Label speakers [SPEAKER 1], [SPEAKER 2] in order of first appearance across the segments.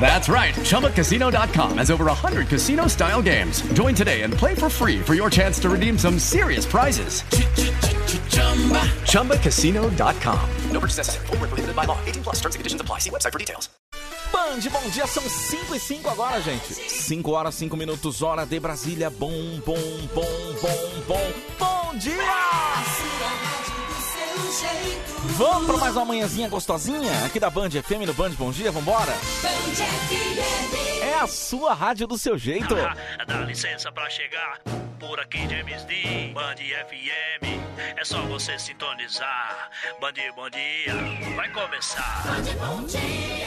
[SPEAKER 1] That's right. ChumbaCasino.com has over 100 casino-style games. Join today and play for free for your chance to redeem some serious prizes. ChumbaCasino.com.
[SPEAKER 2] No purchase necessary. Void were prohibited by law. 18 plus terms and conditions apply. See website for details.
[SPEAKER 3] Band, bom dia, são 5 e 5 agora, gente. 5 horas, 5 minutos, hora de Brasília. Bom, bom, bom, bom, bom, bom dia! Vamos para mais uma manhãzinha gostosinha aqui da Band FM no Band Bom Dia, vambora? É a sua rádio do seu jeito.
[SPEAKER 4] Ah, Dá licença pra chegar por aqui, James D. Band FM. É só você sintonizar. Band, bom dia. Vai começar.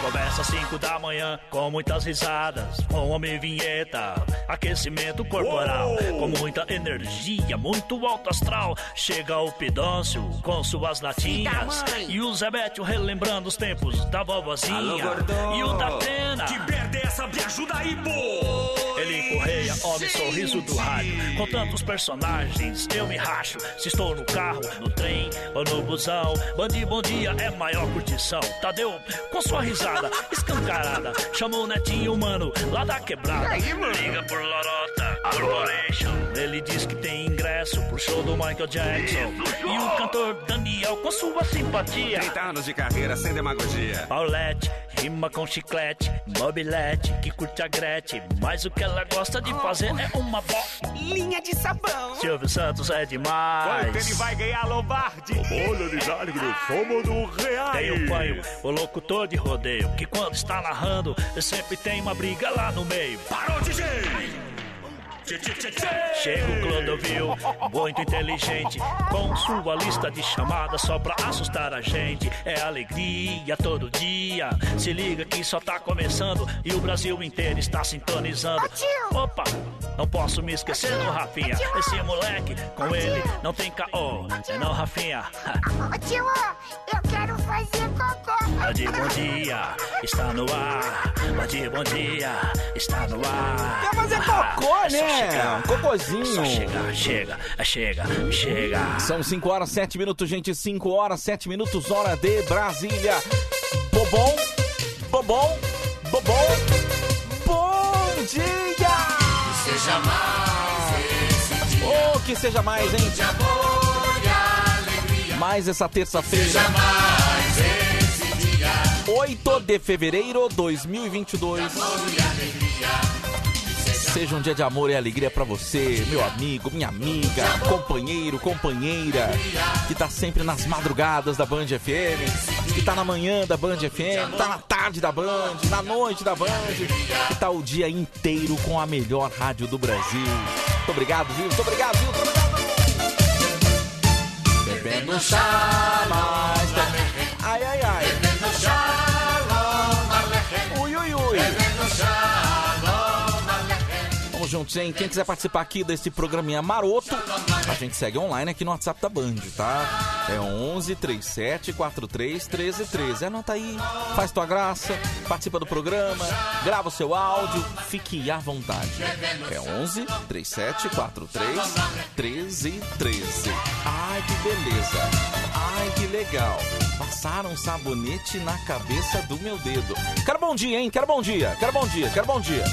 [SPEAKER 4] Começa às 5 da manhã com muitas risadas. Com homem vinheta. Aquecimento corporal. Com muita energia, muito alto astral. Chega o Pidócio com suas latinhas. E o Zebetio relembrando os tempos da vovozinha. E o da Atena. Ele correia, homem sorriso do rádio. Com tantos personagens, eu me racho. Se estou no carro, no trem ou no busão. Bandi, bom dia, é maior curtição. Tadeu, com sua risada escancarada, chama o netinho, mano, lá da quebrada. Liga por Lorota, Corporation. Ele diz que tem ingresso pro show do Michael Jackson. E o cantor Daniel, com sua simpatia.
[SPEAKER 5] 30 anos de carreira sem demagogia.
[SPEAKER 4] Paulette, rima com chiclete, mobilete, que curte a Gretchen. Mas o que ela gosta de fazer é uma bolinha de sabão. Silvio Santos é demais.
[SPEAKER 5] ganhar Lombardi.
[SPEAKER 4] Tem o panho, o locutor de rodeio, que quando está narrando, sempre tem uma briga lá no meio. Parou, DJ! Chega o Clodovil, muito inteligente, com sua lista de chamadas só pra assustar a gente. É alegria todo dia. Se liga que só tá começando e o Brasil inteiro está sintonizando. Opa, não posso me esquecer do Rafinha. Esse moleque, com ele, não tem caô. É não, Rafinha.
[SPEAKER 6] Ô, tio, eu quero fazer cocô.
[SPEAKER 7] Tá
[SPEAKER 4] Bom dia, bom dia, está no ar. Bom dia, bom dia, está no ar. É
[SPEAKER 3] Quer fazer cocô, né? Um
[SPEAKER 4] Só
[SPEAKER 3] cocôzinho.
[SPEAKER 4] chega, chega, é chega, chega.
[SPEAKER 3] São 5 horas, 7 minutos, gente. 5 horas, 7 minutos, hora de Brasília. Bobom, bobom, bobom. Bom dia!
[SPEAKER 8] Seja mais esse dia
[SPEAKER 3] Oh, que seja mais, hein?
[SPEAKER 8] de amor e alegria.
[SPEAKER 3] Mais essa terça-feira,
[SPEAKER 8] Mais esse dia
[SPEAKER 3] 8 de fevereiro de 2022.
[SPEAKER 8] de alegria.
[SPEAKER 3] Seja um dia de amor e alegria pra você, meu amigo, minha amiga, companheiro, companheira, que tá sempre nas madrugadas da Band FM, que tá na manhã da Band FM, tá na tarde da Band, na noite da Band, que tá o dia inteiro com a melhor rádio do Brasil. Muito obrigado, viu? Muito obrigado, viu? Muito obrigado.
[SPEAKER 8] Bebendo chá, mais da-
[SPEAKER 3] Ai, ai, ai.
[SPEAKER 8] Bebendo chá, malé.
[SPEAKER 3] Ui, ui, ui.
[SPEAKER 8] Bebendo chá, malé.
[SPEAKER 3] Tamo juntos, hein? Quem quiser participar aqui desse programinha maroto, a gente segue online aqui no WhatsApp da Band, tá? É 11 37 43 13 13. Anota aí, faz tua graça, participa do programa, grava o seu áudio, fique à vontade. É 11 37 43 13 13. Ai, que beleza. Ai, que legal. Passaram um sabonete na cabeça do meu dedo. Quero bom dia, hein? Quero bom dia, quero bom dia, quero bom dia.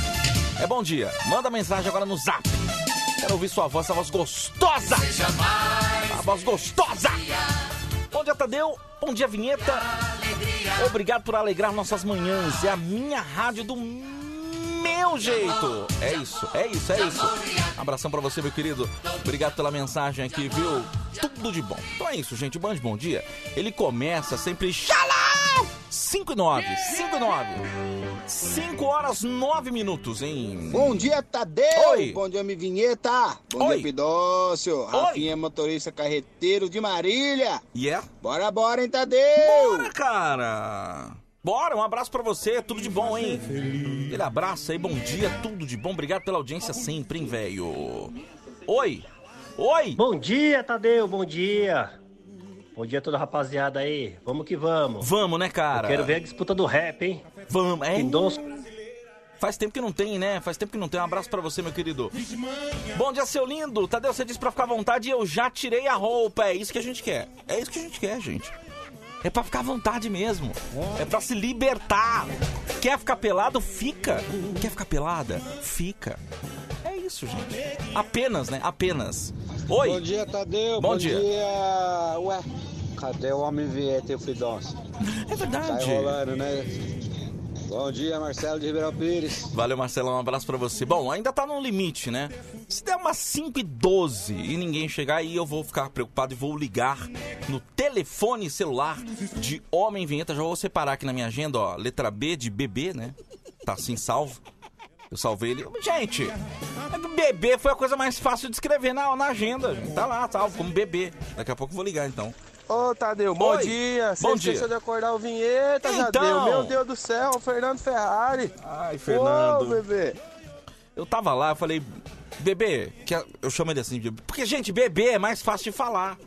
[SPEAKER 3] É bom dia. Manda mensagem agora no zap. Quero ouvir sua voz, essa voz gostosa. A voz gostosa. Bom dia, Tadeu. Bom dia, Vinheta. Obrigado por alegrar nossas manhãs. É a minha rádio do meu jeito. É isso, é isso, é isso. Abração pra você, meu querido. Obrigado pela mensagem aqui, viu? Tudo de bom. Então é isso, gente. O Band Bom Dia, ele começa sempre... Xalá!
[SPEAKER 9] Não!
[SPEAKER 3] 5 e 9, 5 e 9. 5 horas 9 minutos, hein?
[SPEAKER 10] Bom dia, Tadeu!
[SPEAKER 3] Oi.
[SPEAKER 10] Bom dia, Mi Vinheta! Bom
[SPEAKER 3] Oi.
[SPEAKER 10] dia, Pidócio! Rafinha, motorista carreteiro de Marília!
[SPEAKER 3] Yeah?
[SPEAKER 10] Bora, bora, hein, Tadeu!
[SPEAKER 3] Bora, cara! Bora, um abraço pra você, tudo de bom, hein? Aquele abraço aí, bom dia, tudo de bom. Obrigado pela audiência sempre, hein, velho? Oi! Oi!
[SPEAKER 4] Bom dia, Tadeu, bom dia. Bom dia a toda a rapaziada aí. Vamos que vamos.
[SPEAKER 3] Vamos, né, cara?
[SPEAKER 4] Eu quero ver a disputa do rap, hein?
[SPEAKER 3] Vamos, é?
[SPEAKER 4] Mendonça.
[SPEAKER 3] Faz tempo que não tem, né? Faz tempo que não tem. Um abraço pra você, meu querido. Bom dia, seu lindo. Tadeu, você disse pra ficar à vontade e eu já tirei a roupa. É isso que a gente quer. É isso que a gente quer, gente. É pra ficar à vontade mesmo. É pra se libertar. Quer ficar pelado? Fica. Quer ficar pelada? Fica. É isso, gente. Apenas, né? Apenas. Oi.
[SPEAKER 1] Bom dia, Tadeu.
[SPEAKER 3] Bom dia.
[SPEAKER 1] Ué, cadê o homem Vieta e o Fidonça?
[SPEAKER 3] É verdade.
[SPEAKER 1] Tá enrolando, né? Bom dia, Marcelo de Ribeirão Pires.
[SPEAKER 3] Valeu, Marcelão. Um abraço pra você. Bom, ainda tá no limite, né? Se der umas 5 e 12 e ninguém chegar aí, eu vou ficar preocupado e vou ligar no telefone celular de Homem Vinheta. Já vou separar aqui na minha agenda, ó. Letra B de bebê, né? Tá assim salvo. Eu salvei ele. Gente, bebê foi a coisa mais fácil de escrever na, na agenda. gente. Tá lá, salvo, como bebê. Daqui a pouco eu vou ligar, então.
[SPEAKER 11] Ô, Tadeu, bom
[SPEAKER 3] Oi.
[SPEAKER 11] dia. Você
[SPEAKER 3] Bom
[SPEAKER 11] esqueceu
[SPEAKER 3] dia.
[SPEAKER 11] de acordar o vinheta,
[SPEAKER 3] Então.
[SPEAKER 11] Tadeu. Meu Deus do céu, o Fernando Ferrari. Ai,
[SPEAKER 3] Ah, Fernando.
[SPEAKER 11] bebê.
[SPEAKER 1] Então
[SPEAKER 3] Eu tava lá, eu falei, bebê, que a- eu chamo ele assim, de bebê. porque gente, bebê é mais fácil de falar.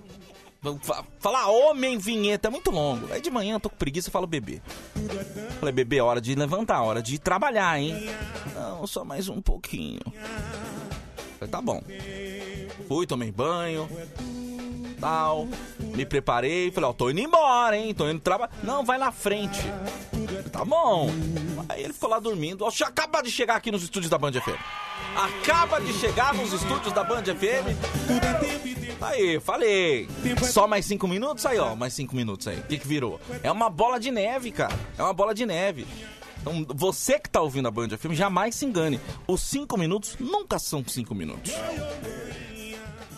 [SPEAKER 3] Fa- Falar homem vinheta é muito longo. Aí de manhã eu tô com preguiça e falo bebê. Falei, bebê, é hora de levantar, hora de trabalhar, hein? Não, só mais um pouquinho. Falei, tá bom. Fui, tomei banho, tal. Me preparei, falei, ó, tô indo embora, hein? Tô indo trabalhar. Não, vai na frente. Falei, Tá bom. Aí ele ficou lá dormindo. Ó, che- acaba de chegar aqui nos estúdios da Band FM. Acaba de chegar nos estúdios da Band FM. Aí, falei. Só mais cinco minutos? Aí, ó, mais cinco minutos aí. O que, que virou? É uma bola de neve, cara. É uma bola de neve. Então, você que tá ouvindo a Band FM, jamais se engane. Os cinco minutos nunca são cinco minutos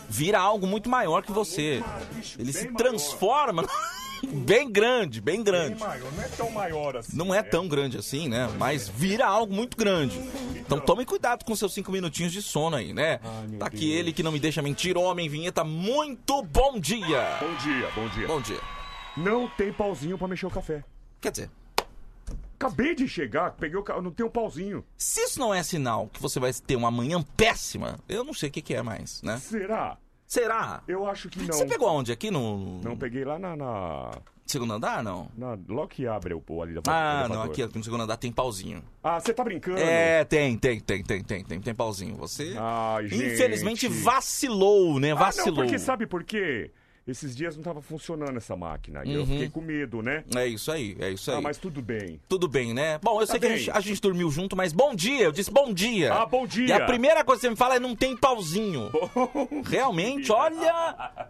[SPEAKER 3] vira algo muito maior que você. Ele se transforma bem grande, bem grande.
[SPEAKER 12] Não é tão maior assim.
[SPEAKER 3] Não é tão grande assim, né? Mas vira algo muito grande. Então tome cuidado com seus cinco minutinhos de sono aí, né? Tá aqui ele que não me deixa mentir, homem vinheta. Muito bom dia! Bom dia, bom dia. Bom dia.
[SPEAKER 12] Não tem pauzinho pra mexer o café.
[SPEAKER 3] Quer dizer,
[SPEAKER 12] Acabei de chegar, peguei o carro, não tem um pauzinho.
[SPEAKER 3] se isso não é sinal que você vai ter uma manhã péssima, eu não sei o que, que é mais, né?
[SPEAKER 12] Será?
[SPEAKER 3] Será?
[SPEAKER 12] Eu acho que não.
[SPEAKER 3] Você pegou um. aonde? Aqui no.
[SPEAKER 12] Não peguei lá na. na...
[SPEAKER 3] Segundo andar, não?
[SPEAKER 12] Na... Logo que abre o pô ali da
[SPEAKER 3] Ah,
[SPEAKER 12] elevador.
[SPEAKER 3] não, aqui no segundo andar tem pauzinho.
[SPEAKER 12] Ah, você tá brincando?
[SPEAKER 3] É, tem, tem, tem, tem, tem, tem, tem pauzinho. Você
[SPEAKER 12] Ai, gente.
[SPEAKER 3] infelizmente vacilou, né?
[SPEAKER 12] Ah,
[SPEAKER 3] Vacilou.
[SPEAKER 12] não, porque sabe por quê? Esses dias não tava funcionando essa máquina. E eu
[SPEAKER 3] Uhum.
[SPEAKER 12] fiquei com medo, né?
[SPEAKER 3] É isso aí, é isso aí.
[SPEAKER 12] Ah, mas tudo bem.
[SPEAKER 3] Tudo bem, né? Bom, eu
[SPEAKER 12] Tá
[SPEAKER 3] sei que a
[SPEAKER 12] bem.
[SPEAKER 3] gente, a gente dormiu junto, mas bom dia, eu disse bom dia.
[SPEAKER 12] Ah, bom dia.
[SPEAKER 3] E a primeira coisa que você me fala é não tem pauzinho. Realmente, olha.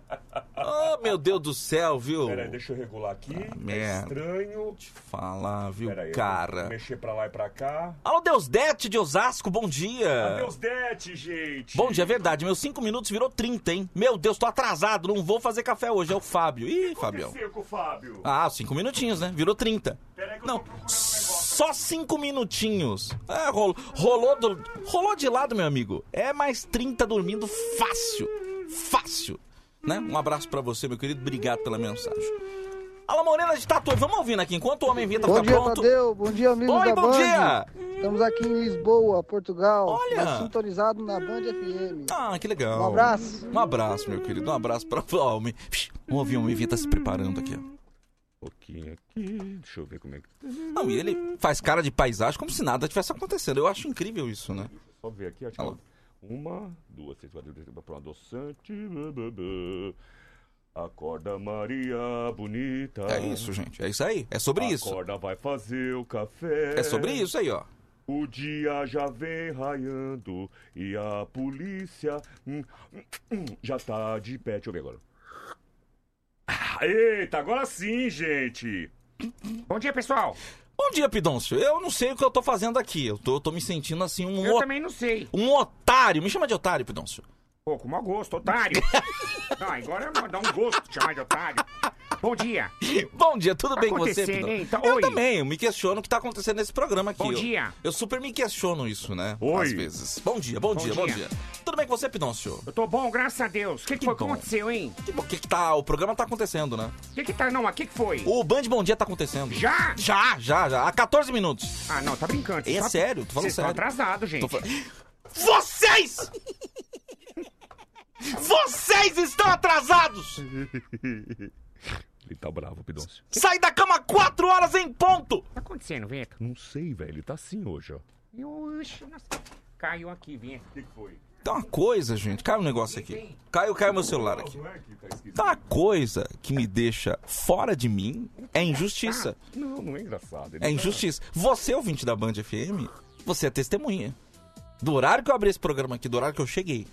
[SPEAKER 3] Oh, meu Deus do céu, viu?
[SPEAKER 12] Peraí, deixa eu regular aqui. é
[SPEAKER 3] Ah, merda.
[SPEAKER 12] estranho.
[SPEAKER 3] Falar, viu,
[SPEAKER 12] Peraí, eu vou
[SPEAKER 3] cara?
[SPEAKER 12] Mexer pra lá e pra cá.
[SPEAKER 3] Alô, Deusdete de Osasco, bom dia.
[SPEAKER 12] Adeus, Dete, gente.
[SPEAKER 3] Ah. Bom dia, é verdade. Meus 5 minutos virou 30, hein? Meu Deus, tô atrasado, não vou fazer café hoje. É o Fábio. Ih, Fabião.
[SPEAKER 12] aconteceu com o Fábio?
[SPEAKER 3] Ah, 5 minutinhos, né? Virou 30. Não, só 5 minutinhos. Ah, rolou, rolou, do- rolou de lado, meu amigo. É mais 30 dormindo fácil. Fácil. Né? Um abraço pra você, meu querido. Obrigado pela mensagem. Alô, Morena de Tatu, vamos ouvindo aqui. Enquanto o homem vinheta
[SPEAKER 1] tá
[SPEAKER 13] Bom
[SPEAKER 3] fica
[SPEAKER 13] dia,
[SPEAKER 3] pronto.
[SPEAKER 13] Tadeu. Bom dia, amigos
[SPEAKER 3] Oi,
[SPEAKER 13] da
[SPEAKER 3] bom
[SPEAKER 13] Band.
[SPEAKER 3] dia.
[SPEAKER 13] Estamos aqui em Lisboa, Portugal.
[SPEAKER 3] Olha.
[SPEAKER 13] mas Sintonizado na Band FM.
[SPEAKER 3] Ah, que legal.
[SPEAKER 13] Um abraço.
[SPEAKER 3] Um abraço, meu querido. Um abraço pra. Ó, o homem. Vamos ouvir o homem vinheta se preparando aqui, ó.
[SPEAKER 12] Um pouquinho aqui. Deixa eu ver como é que.
[SPEAKER 3] Não, e ele faz cara de paisagem como se nada tivesse acontecendo. Eu acho incrível isso, né?
[SPEAKER 12] Só ver aqui, acho que. Uma, duas, três, quatro, três, quatro, adoçante. blá, blá, blá. Acorda, Maria bonita.
[SPEAKER 3] É isso, gente. É isso aí. É
[SPEAKER 12] Ah,
[SPEAKER 3] sobre isso.
[SPEAKER 12] Acorda, vai fazer o café.
[SPEAKER 3] É sobre isso aí, ó.
[SPEAKER 12] O dia já vem raiando e a polícia hum, hum, já tá de pé. Deixa eu ver agora. Ah, Eita, agora sim, gente. Bom dia, pessoal.
[SPEAKER 3] Bom dia, Pidoncio. Eu não sei o que eu tô fazendo aqui. Eu tô, eu tô me sentindo assim um.
[SPEAKER 14] Eu também não sei.
[SPEAKER 3] Um otário. Me chama de otário, Pidoncio.
[SPEAKER 14] Pô, com mau gosto, otário. não, agora eu vou dar um gosto de chamar de otário.
[SPEAKER 12] Bom dia.
[SPEAKER 3] Bom dia, tudo
[SPEAKER 12] Tá
[SPEAKER 3] bem com você?
[SPEAKER 12] acontecendo,
[SPEAKER 3] Pedro?
[SPEAKER 12] hein? Tá-
[SPEAKER 3] eu
[SPEAKER 12] Oi.
[SPEAKER 3] também, eu me questiono o que tá acontecendo nesse programa aqui.
[SPEAKER 12] Bom
[SPEAKER 3] Eu-
[SPEAKER 12] dia.
[SPEAKER 3] Eu, super me questiono isso, né?
[SPEAKER 12] Oi.
[SPEAKER 3] Às vezes. Bom dia, bom,
[SPEAKER 12] Bom
[SPEAKER 3] dia, bom
[SPEAKER 12] dia.
[SPEAKER 3] dia. Tudo bem com você, Pidoncio?
[SPEAKER 12] Eu tô bom, graças a Deus. O que, que foi que aconteceu, hein?
[SPEAKER 3] Que, bom que que tá, o programa tá acontecendo, né?
[SPEAKER 12] O que que tá, não, o que que foi?
[SPEAKER 3] O Band Bom Dia tá acontecendo.
[SPEAKER 12] Já?
[SPEAKER 3] Já, já, já. Há 14 minutos.
[SPEAKER 12] Ah, não, tá brincando.
[SPEAKER 3] É
[SPEAKER 12] Tá-
[SPEAKER 3] sério, tô falando
[SPEAKER 12] Vocês tão
[SPEAKER 3] sério.
[SPEAKER 12] atrasado, gente.
[SPEAKER 3] Tô fa- Vocês! Vocês estão atrasados!
[SPEAKER 7] Ele tá bravo, Pidoncio.
[SPEAKER 3] Sai da cama 4 horas em ponto!
[SPEAKER 12] Tá acontecendo, Vento?
[SPEAKER 7] Não sei, velho. Ele tá assim hoje, ó.
[SPEAKER 12] Eu, ixi, nossa, caiu aqui, Vento. O que foi?
[SPEAKER 3] Tá uma coisa, gente. Cai um negócio aqui. Caiu, caiu meu celular aqui. Tá uma coisa que me deixa fora de mim é injustiça.
[SPEAKER 7] Não, não é engraçado. ele
[SPEAKER 3] É
[SPEAKER 7] tá-
[SPEAKER 3] injustiça. Você, ouvinte da Band FM, você é testemunha. Do horário que eu abri esse programa aqui, do horário que eu cheguei.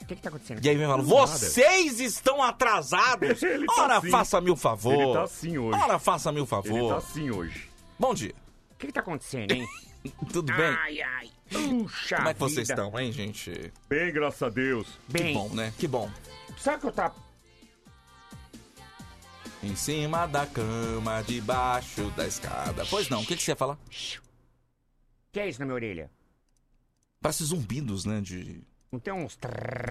[SPEAKER 12] O que que tá acontecendo?
[SPEAKER 3] E aí vem falar, vocês estão atrasados!
[SPEAKER 7] tá
[SPEAKER 3] Ora,
[SPEAKER 7] assim.
[SPEAKER 3] faça-me o favor!
[SPEAKER 7] Ele tá assim hoje.
[SPEAKER 3] Ora, faça-me o favor!
[SPEAKER 7] Ele tá assim hoje.
[SPEAKER 3] Bom dia,
[SPEAKER 12] O que que tá acontecendo, hein?
[SPEAKER 3] tudo bem?
[SPEAKER 12] Ai, ai. Puxa
[SPEAKER 3] Como é que vocês
[SPEAKER 12] vida.
[SPEAKER 3] estão, hein, gente?
[SPEAKER 7] Bem, graças a Deus.
[SPEAKER 3] Que
[SPEAKER 12] Bem.
[SPEAKER 3] bom, né? Que bom.
[SPEAKER 12] Sabe que eu tava...
[SPEAKER 3] Em cima da cama, debaixo da escada. Pois não, o que, que você ia falar?
[SPEAKER 12] que é isso na minha orelha?
[SPEAKER 3] Parece zumbidos, né? De...
[SPEAKER 12] Não tem uns...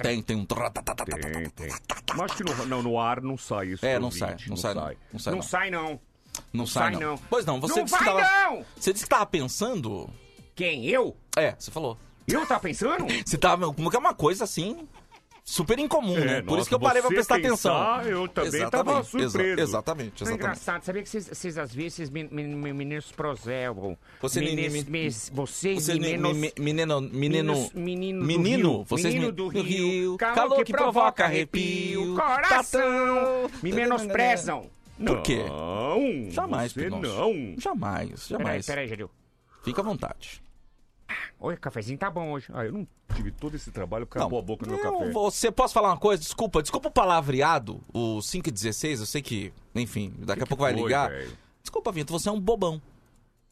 [SPEAKER 3] Tem, tem um... trrr, tá, tá, tá, tá, tá.
[SPEAKER 7] Tem, tem. Mas acho que no, não, no ar não sai isso.
[SPEAKER 3] É,
[SPEAKER 7] pro
[SPEAKER 3] não sai,
[SPEAKER 7] ouvinte,
[SPEAKER 3] não sai, não. Não sai,
[SPEAKER 12] Não
[SPEAKER 3] não.
[SPEAKER 12] sai, não.
[SPEAKER 3] Não sai,
[SPEAKER 12] sai,
[SPEAKER 3] não.
[SPEAKER 12] não.
[SPEAKER 3] Pois não, você
[SPEAKER 12] Não
[SPEAKER 3] disse que
[SPEAKER 12] vai,
[SPEAKER 3] tava...
[SPEAKER 12] não!
[SPEAKER 3] Você disse que tava pensando...
[SPEAKER 12] Quem, eu?
[SPEAKER 3] É, você falou.
[SPEAKER 12] Eu
[SPEAKER 7] tá
[SPEAKER 12] tava pensando?
[SPEAKER 3] Você tava... Como que é uma coisa assim... Super incomum,
[SPEAKER 7] É,
[SPEAKER 3] né? Por
[SPEAKER 7] nossa,
[SPEAKER 3] isso que eu parei pra
[SPEAKER 7] você
[SPEAKER 3] prestar
[SPEAKER 7] pensar,
[SPEAKER 3] atenção.
[SPEAKER 7] eu também
[SPEAKER 3] Exatamente,
[SPEAKER 7] tava
[SPEAKER 3] exa- Exatamente,
[SPEAKER 7] surpreso.
[SPEAKER 12] Não é
[SPEAKER 3] exatamente.
[SPEAKER 12] engraçado, sabia que vocês, vocês às vezes vocês men- men- men- meninos prozelam.
[SPEAKER 3] Você nem-
[SPEAKER 12] meninos,
[SPEAKER 3] nem-
[SPEAKER 12] mes- vocês
[SPEAKER 3] Você nem-
[SPEAKER 12] meninos,
[SPEAKER 3] me- menino, menino,
[SPEAKER 12] meninos- menino do
[SPEAKER 3] menino,
[SPEAKER 12] Rio,
[SPEAKER 3] vocês
[SPEAKER 12] menino
[SPEAKER 3] me-
[SPEAKER 12] do
[SPEAKER 3] do
[SPEAKER 12] Rio,
[SPEAKER 3] calor, que provoca arrepio, Tá
[SPEAKER 12] coração, me menosprezam.
[SPEAKER 3] Por quê?
[SPEAKER 7] Não,
[SPEAKER 3] Jamais,
[SPEAKER 7] você
[SPEAKER 3] Pinóquio.
[SPEAKER 7] não.
[SPEAKER 3] Jamais,
[SPEAKER 12] Peraí,
[SPEAKER 3] jamais.
[SPEAKER 12] peraí, Jadil.
[SPEAKER 3] Fica à vontade.
[SPEAKER 12] Olha, o cafezinho tá bom hoje. Ah, eu não...
[SPEAKER 7] Tive todo esse trabalho, acabou a boca do meu
[SPEAKER 3] Eu,
[SPEAKER 7] café.
[SPEAKER 3] você, posso falar uma coisa? Desculpa, desculpa o palavreado, o 5 e 16, eu sei que, enfim, daqui a pouco vai
[SPEAKER 7] foi,
[SPEAKER 3] ligar.
[SPEAKER 7] velho?
[SPEAKER 3] Desculpa, Vinto, você é um bobão.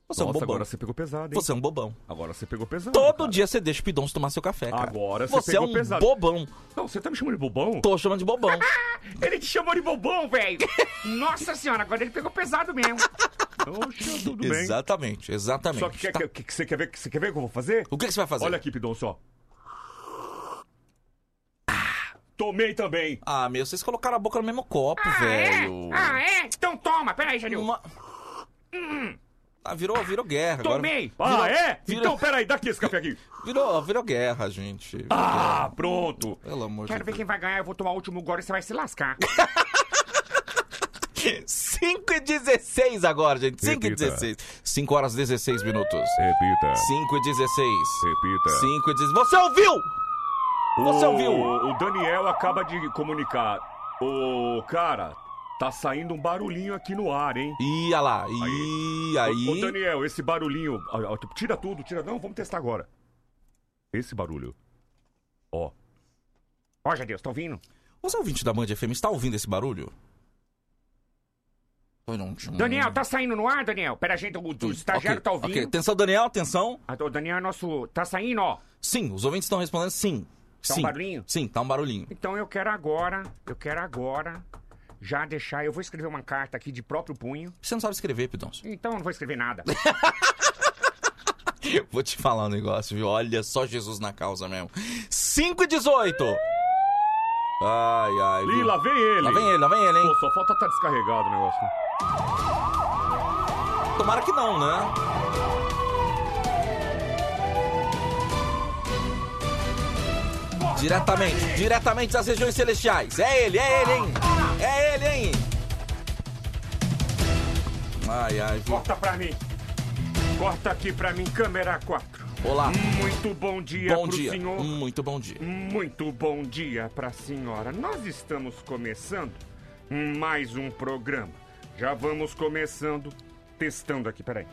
[SPEAKER 3] Você é um
[SPEAKER 7] Nossa,
[SPEAKER 3] bobão.
[SPEAKER 7] agora você pegou pesado, hein?
[SPEAKER 3] Você é um bobão.
[SPEAKER 7] Agora você pegou pesado.
[SPEAKER 3] Todo
[SPEAKER 7] cara.
[SPEAKER 3] dia você deixa o Pidonço tomar seu café, cara.
[SPEAKER 7] Agora você
[SPEAKER 3] você é
[SPEAKER 7] pegou
[SPEAKER 3] um
[SPEAKER 7] pesado.
[SPEAKER 3] bobão.
[SPEAKER 7] Não, você tá me chamando de bobão?
[SPEAKER 3] Tô chamando de bobão.
[SPEAKER 12] Ele te chamou de bobão, velho. Nossa senhora, agora ele pegou pesado mesmo.
[SPEAKER 7] Oxe, tudo bem.
[SPEAKER 3] exatamente, exatamente. Tá.
[SPEAKER 7] Só que, quer- que- que você quer ver, que você quer ver o que eu vou fazer?
[SPEAKER 3] O que, que você vai fazer?
[SPEAKER 7] Olha aqui, Pidoncio. ó. Ah, Tomei também.
[SPEAKER 3] Ah, meu, vocês colocaram a boca no mesmo copo, velho.
[SPEAKER 12] Ah, é? Então toma, peraí, Jadil.
[SPEAKER 3] Uma- Ah, virou, virou guerra
[SPEAKER 12] Hum. Tomei.
[SPEAKER 3] agora.
[SPEAKER 7] Ah, é?
[SPEAKER 3] vira-
[SPEAKER 7] Então, peraí, dá aqui esse café aqui.
[SPEAKER 3] Virou, virou guerra, gente. Virou
[SPEAKER 7] Ah,
[SPEAKER 3] guerra.
[SPEAKER 7] pronto.
[SPEAKER 3] Pelo amor
[SPEAKER 12] Quero ver
[SPEAKER 3] de
[SPEAKER 12] quem vai ganhar, eu vou tomar o último agora e você vai se lascar. é.
[SPEAKER 3] Deus. 5 e 16 agora, gente. 5 e
[SPEAKER 7] Repita.
[SPEAKER 3] 16. 5 horas 16 minutos.
[SPEAKER 7] Repita.
[SPEAKER 3] 5 e 16.
[SPEAKER 7] Repita.
[SPEAKER 3] 5 e 16. Você ouviu? Você
[SPEAKER 7] O-
[SPEAKER 3] ouviu?
[SPEAKER 7] O Daniel acaba de comunicar. Ô, cara, tá saindo um barulhinho aqui no ar, hein?
[SPEAKER 3] Ih, olha lá. Ih,
[SPEAKER 7] Ô, ô,
[SPEAKER 3] aí.
[SPEAKER 7] Daniel, esse barulhinho. ó, ó, Tira tudo, tira. Não, vamos testar agora. Esse barulho. Ó.
[SPEAKER 12] Ó, Jadil, tá ouvindo?
[SPEAKER 3] Você é ouvinte da Band FM está ouvindo esse barulho? Foi não. um
[SPEAKER 12] Daniel, tá saindo no ar, Daniel? Pera, gente, o, o estagiário
[SPEAKER 3] Ok,
[SPEAKER 12] tá ouvindo.
[SPEAKER 3] ok. Atenção, Daniel, atenção.
[SPEAKER 12] Ah, O Daniel é nosso. Tá saindo, ó.
[SPEAKER 3] Sim, os ouvintes estão respondendo sim.
[SPEAKER 12] Tá um
[SPEAKER 3] sim.
[SPEAKER 12] barulhinho?
[SPEAKER 3] Sim, tá um barulhinho.
[SPEAKER 12] Então eu quero agora, eu quero agora já deixar. Eu vou escrever uma carta aqui de próprio punho.
[SPEAKER 3] Você não sabe escrever, Pidonço.
[SPEAKER 12] Então eu não vou escrever nada.
[SPEAKER 3] Eu Vou te falar um negócio, viu? Olha só Jesus na causa mesmo. 5 e 18! Ai, ai. viu?
[SPEAKER 7] Ih, lá vem ele.
[SPEAKER 3] Lá vem ele, lá vem ele, hein?
[SPEAKER 7] Pô, só falta tá descarregado o negócio.
[SPEAKER 3] Tomara que não, né? Diretamente, diretamente das regiões celestiais. É ele, é ele, hein? É ele, hein? Ai, ai, viu?
[SPEAKER 12] Corta pra mim. Corta aqui pra mim, câmera 4.
[SPEAKER 3] Olá.
[SPEAKER 12] Muito bom dia
[SPEAKER 3] Bom
[SPEAKER 12] pro
[SPEAKER 3] dia.
[SPEAKER 12] senhor.
[SPEAKER 7] Hum.
[SPEAKER 3] Muito bom dia.
[SPEAKER 12] Muito bom dia pra senhora. Nós estamos começando mais um programa. Já vamos começando testando aqui, peraí.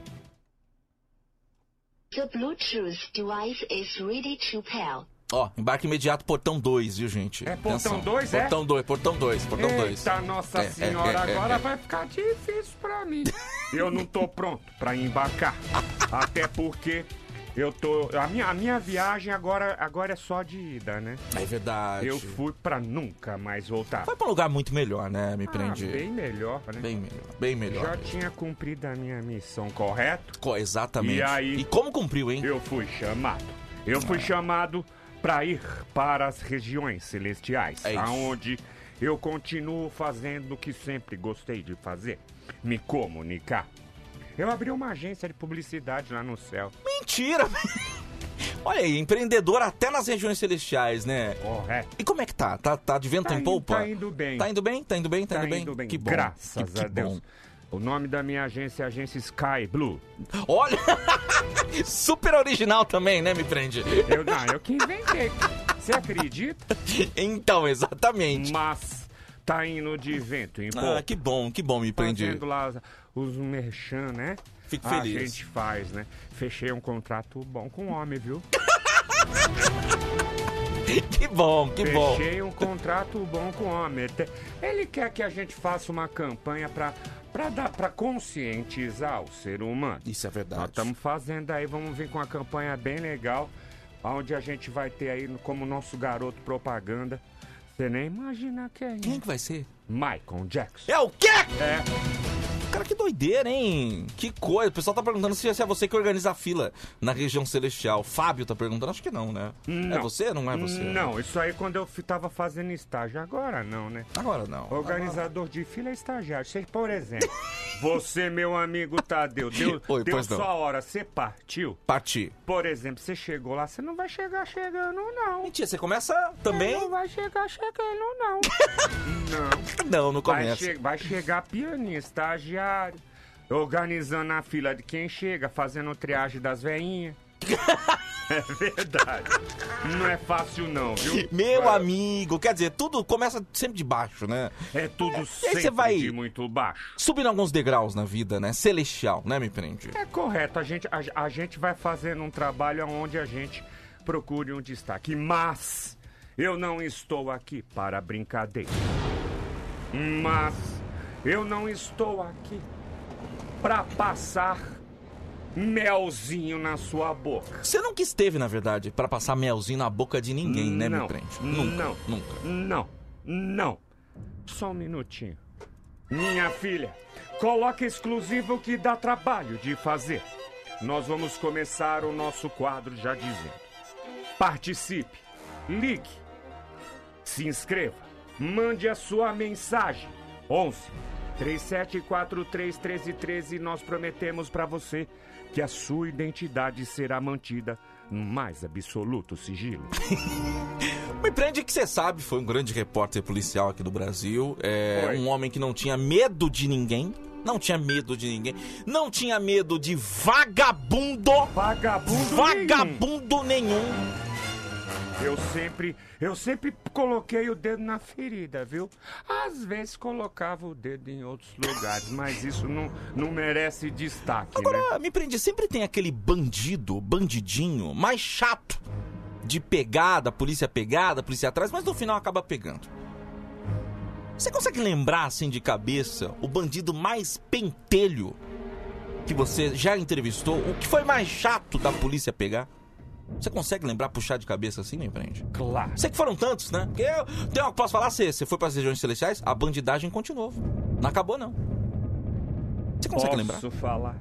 [SPEAKER 15] The Bluetooth device is ready to pair.
[SPEAKER 3] Ó, embarque imediato, portão 2, viu, gente?
[SPEAKER 12] É portão
[SPEAKER 3] Atenção.
[SPEAKER 12] dois, é?
[SPEAKER 3] Portão 2, portão 2, portão É, 2.
[SPEAKER 12] Eita, nossa senhora, agora vai ficar difícil pra mim. Eu não tô pronto pra embarcar. Até porque Eu tô. A minha, a minha viagem agora, agora é só de ida, né?
[SPEAKER 3] É verdade.
[SPEAKER 12] Eu fui pra nunca mais voltar.
[SPEAKER 3] Foi pra um lugar muito melhor, né? Me prendi.
[SPEAKER 12] Ah, bem melhor, né?
[SPEAKER 3] Bem melhor. Bem melhor.
[SPEAKER 12] Já tinha cumprido a minha missão, correto?
[SPEAKER 3] Co- exatamente.
[SPEAKER 12] E aí?
[SPEAKER 3] E como cumpriu, hein?
[SPEAKER 12] Eu fui chamado. Eu
[SPEAKER 3] Ah.
[SPEAKER 12] fui chamado pra ir para as regiões celestiais,
[SPEAKER 3] É isso.
[SPEAKER 12] aonde eu continuo fazendo o que sempre gostei de fazer, me comunicar. Eu abri uma agência de publicidade lá no céu.
[SPEAKER 3] Mentira! Olha aí, empreendedor até nas regiões celestiais, né?
[SPEAKER 12] Correto.
[SPEAKER 3] E como é que tá? Tá, tá de vento
[SPEAKER 12] Tá
[SPEAKER 3] em
[SPEAKER 12] in-
[SPEAKER 3] polpa?
[SPEAKER 12] tá indo bem.
[SPEAKER 3] Tá indo bem? Tá indo bem? Tá,
[SPEAKER 12] Tá
[SPEAKER 3] indo bem?
[SPEAKER 12] indo bem,
[SPEAKER 3] Que bom.
[SPEAKER 12] graças
[SPEAKER 3] Que- que
[SPEAKER 12] a Deus.
[SPEAKER 3] bom.
[SPEAKER 12] O nome da minha agência é Agência Sky Blue.
[SPEAKER 3] Olha! Super original também, né, me prende?
[SPEAKER 12] Eu, não, eu que inventei. Você acredita?
[SPEAKER 3] Então, exatamente.
[SPEAKER 12] Mas tá indo de vento em
[SPEAKER 3] Ah,
[SPEAKER 12] polpa.
[SPEAKER 3] que bom, que bom, me prende.
[SPEAKER 12] Fazendo lá os merchan, né?
[SPEAKER 3] Fico
[SPEAKER 12] Ah, A
[SPEAKER 3] feliz.
[SPEAKER 12] gente faz, né? Fechei um contrato bom com o homem, viu?
[SPEAKER 3] Que bom, que bom.
[SPEAKER 12] Fechei um contrato bom com o homem. Até- Ele quer que a gente faça uma campanha pra, pra, dar, pra conscientizar o ser humano.
[SPEAKER 3] Isso é verdade.
[SPEAKER 12] Nós estamos fazendo aí, vamos vir com uma campanha bem legal, onde a gente vai ter aí no- como nosso garoto propaganda. Você nem imagina quem. Quem
[SPEAKER 3] é que vai ser?
[SPEAKER 12] Michael Jackson.
[SPEAKER 3] É o quê?
[SPEAKER 12] É.
[SPEAKER 3] Cara, que doideira, hein? Que coisa. O pessoal tá perguntando se é você que organiza a fila na região celestial. Fábio tá perguntando, acho que não, né? É
[SPEAKER 12] Não.
[SPEAKER 3] você? Não é você?
[SPEAKER 12] Não, isso aí quando eu fi- tava fazendo estágio. Agora não, né?
[SPEAKER 3] Agora não.
[SPEAKER 12] Organizador de fila é estagiário. Você, por exemplo, você, meu amigo Tadeu, deu,
[SPEAKER 3] Oi,
[SPEAKER 12] deu
[SPEAKER 3] pois não.
[SPEAKER 12] sua hora, você partiu.
[SPEAKER 3] Parti.
[SPEAKER 12] Por exemplo, você chegou lá, você não vai chegar chegando, não.
[SPEAKER 3] Mentira, você começa também?
[SPEAKER 12] Você não vai chegar chegando, não. não.
[SPEAKER 3] Não, não
[SPEAKER 12] Vai,
[SPEAKER 3] começa.
[SPEAKER 12] che- vai chegar pianinho, estagiário. Organizando a fila de quem chega, fazendo triagem das veinhas. é verdade. Não é fácil, não, viu?
[SPEAKER 3] Meu
[SPEAKER 12] Vai-
[SPEAKER 3] amigo, quer dizer, tudo começa sempre de baixo, né?
[SPEAKER 12] É tudo
[SPEAKER 3] E aí
[SPEAKER 12] sempre
[SPEAKER 3] você vai
[SPEAKER 12] de muito baixo.
[SPEAKER 3] subindo alguns degraus na vida, né? Celestial, né, me prende?
[SPEAKER 12] É correto, a gente, a, a gente vai fazendo um trabalho onde a gente procure um destaque. Mas eu não estou aqui para brincadeira. Mas eu não estou aqui para passar melzinho na sua boca.
[SPEAKER 3] Você nunca esteve, na verdade, pra passar melzinho na boca de ninguém, né,
[SPEAKER 12] não,
[SPEAKER 3] me prende? Nunca,
[SPEAKER 12] não,
[SPEAKER 3] nunca.
[SPEAKER 12] não, não. Só um minutinho. Minha filha, coloca exclusivo que dá trabalho de fazer. Nós vamos começar o nosso quadro já dizendo. Participe, ligue, se inscreva, mande a sua mensagem. 11 3743 1313 nós prometemos para você que a sua identidade será mantida no mais absoluto sigilo.
[SPEAKER 3] Me prende que você sabe, foi um grande repórter policial aqui do Brasil. É
[SPEAKER 12] Foi.
[SPEAKER 3] um homem que não tinha medo de ninguém. Não tinha medo de ninguém. Não tinha medo de vagabundo.
[SPEAKER 12] Vagabundo
[SPEAKER 3] Vagabundo nenhum.
[SPEAKER 12] Eu sempre, eu sempre coloquei o dedo na ferida, viu? Às vezes colocava o dedo em outros lugares, mas isso não, não merece destaque, né?
[SPEAKER 3] Agora, me prende, sempre tem aquele bandido, bandidinho, mais chato de pegada, polícia pegada, polícia atrás, mas no final acaba pegando. Você consegue lembrar, assim, de cabeça, o bandido mais pentelho que você já entrevistou? O que foi mais chato da polícia pegar? Você consegue lembrar, puxar de cabeça assim, me prende?
[SPEAKER 12] Claro.
[SPEAKER 3] Sei que foram tantos, né? Porque eu tem uma que posso falar, você, você foi para as regiões celestiais, a bandidagem continuou. Não acabou, não. Você consegue
[SPEAKER 12] Posso
[SPEAKER 3] lembrar?
[SPEAKER 12] falar.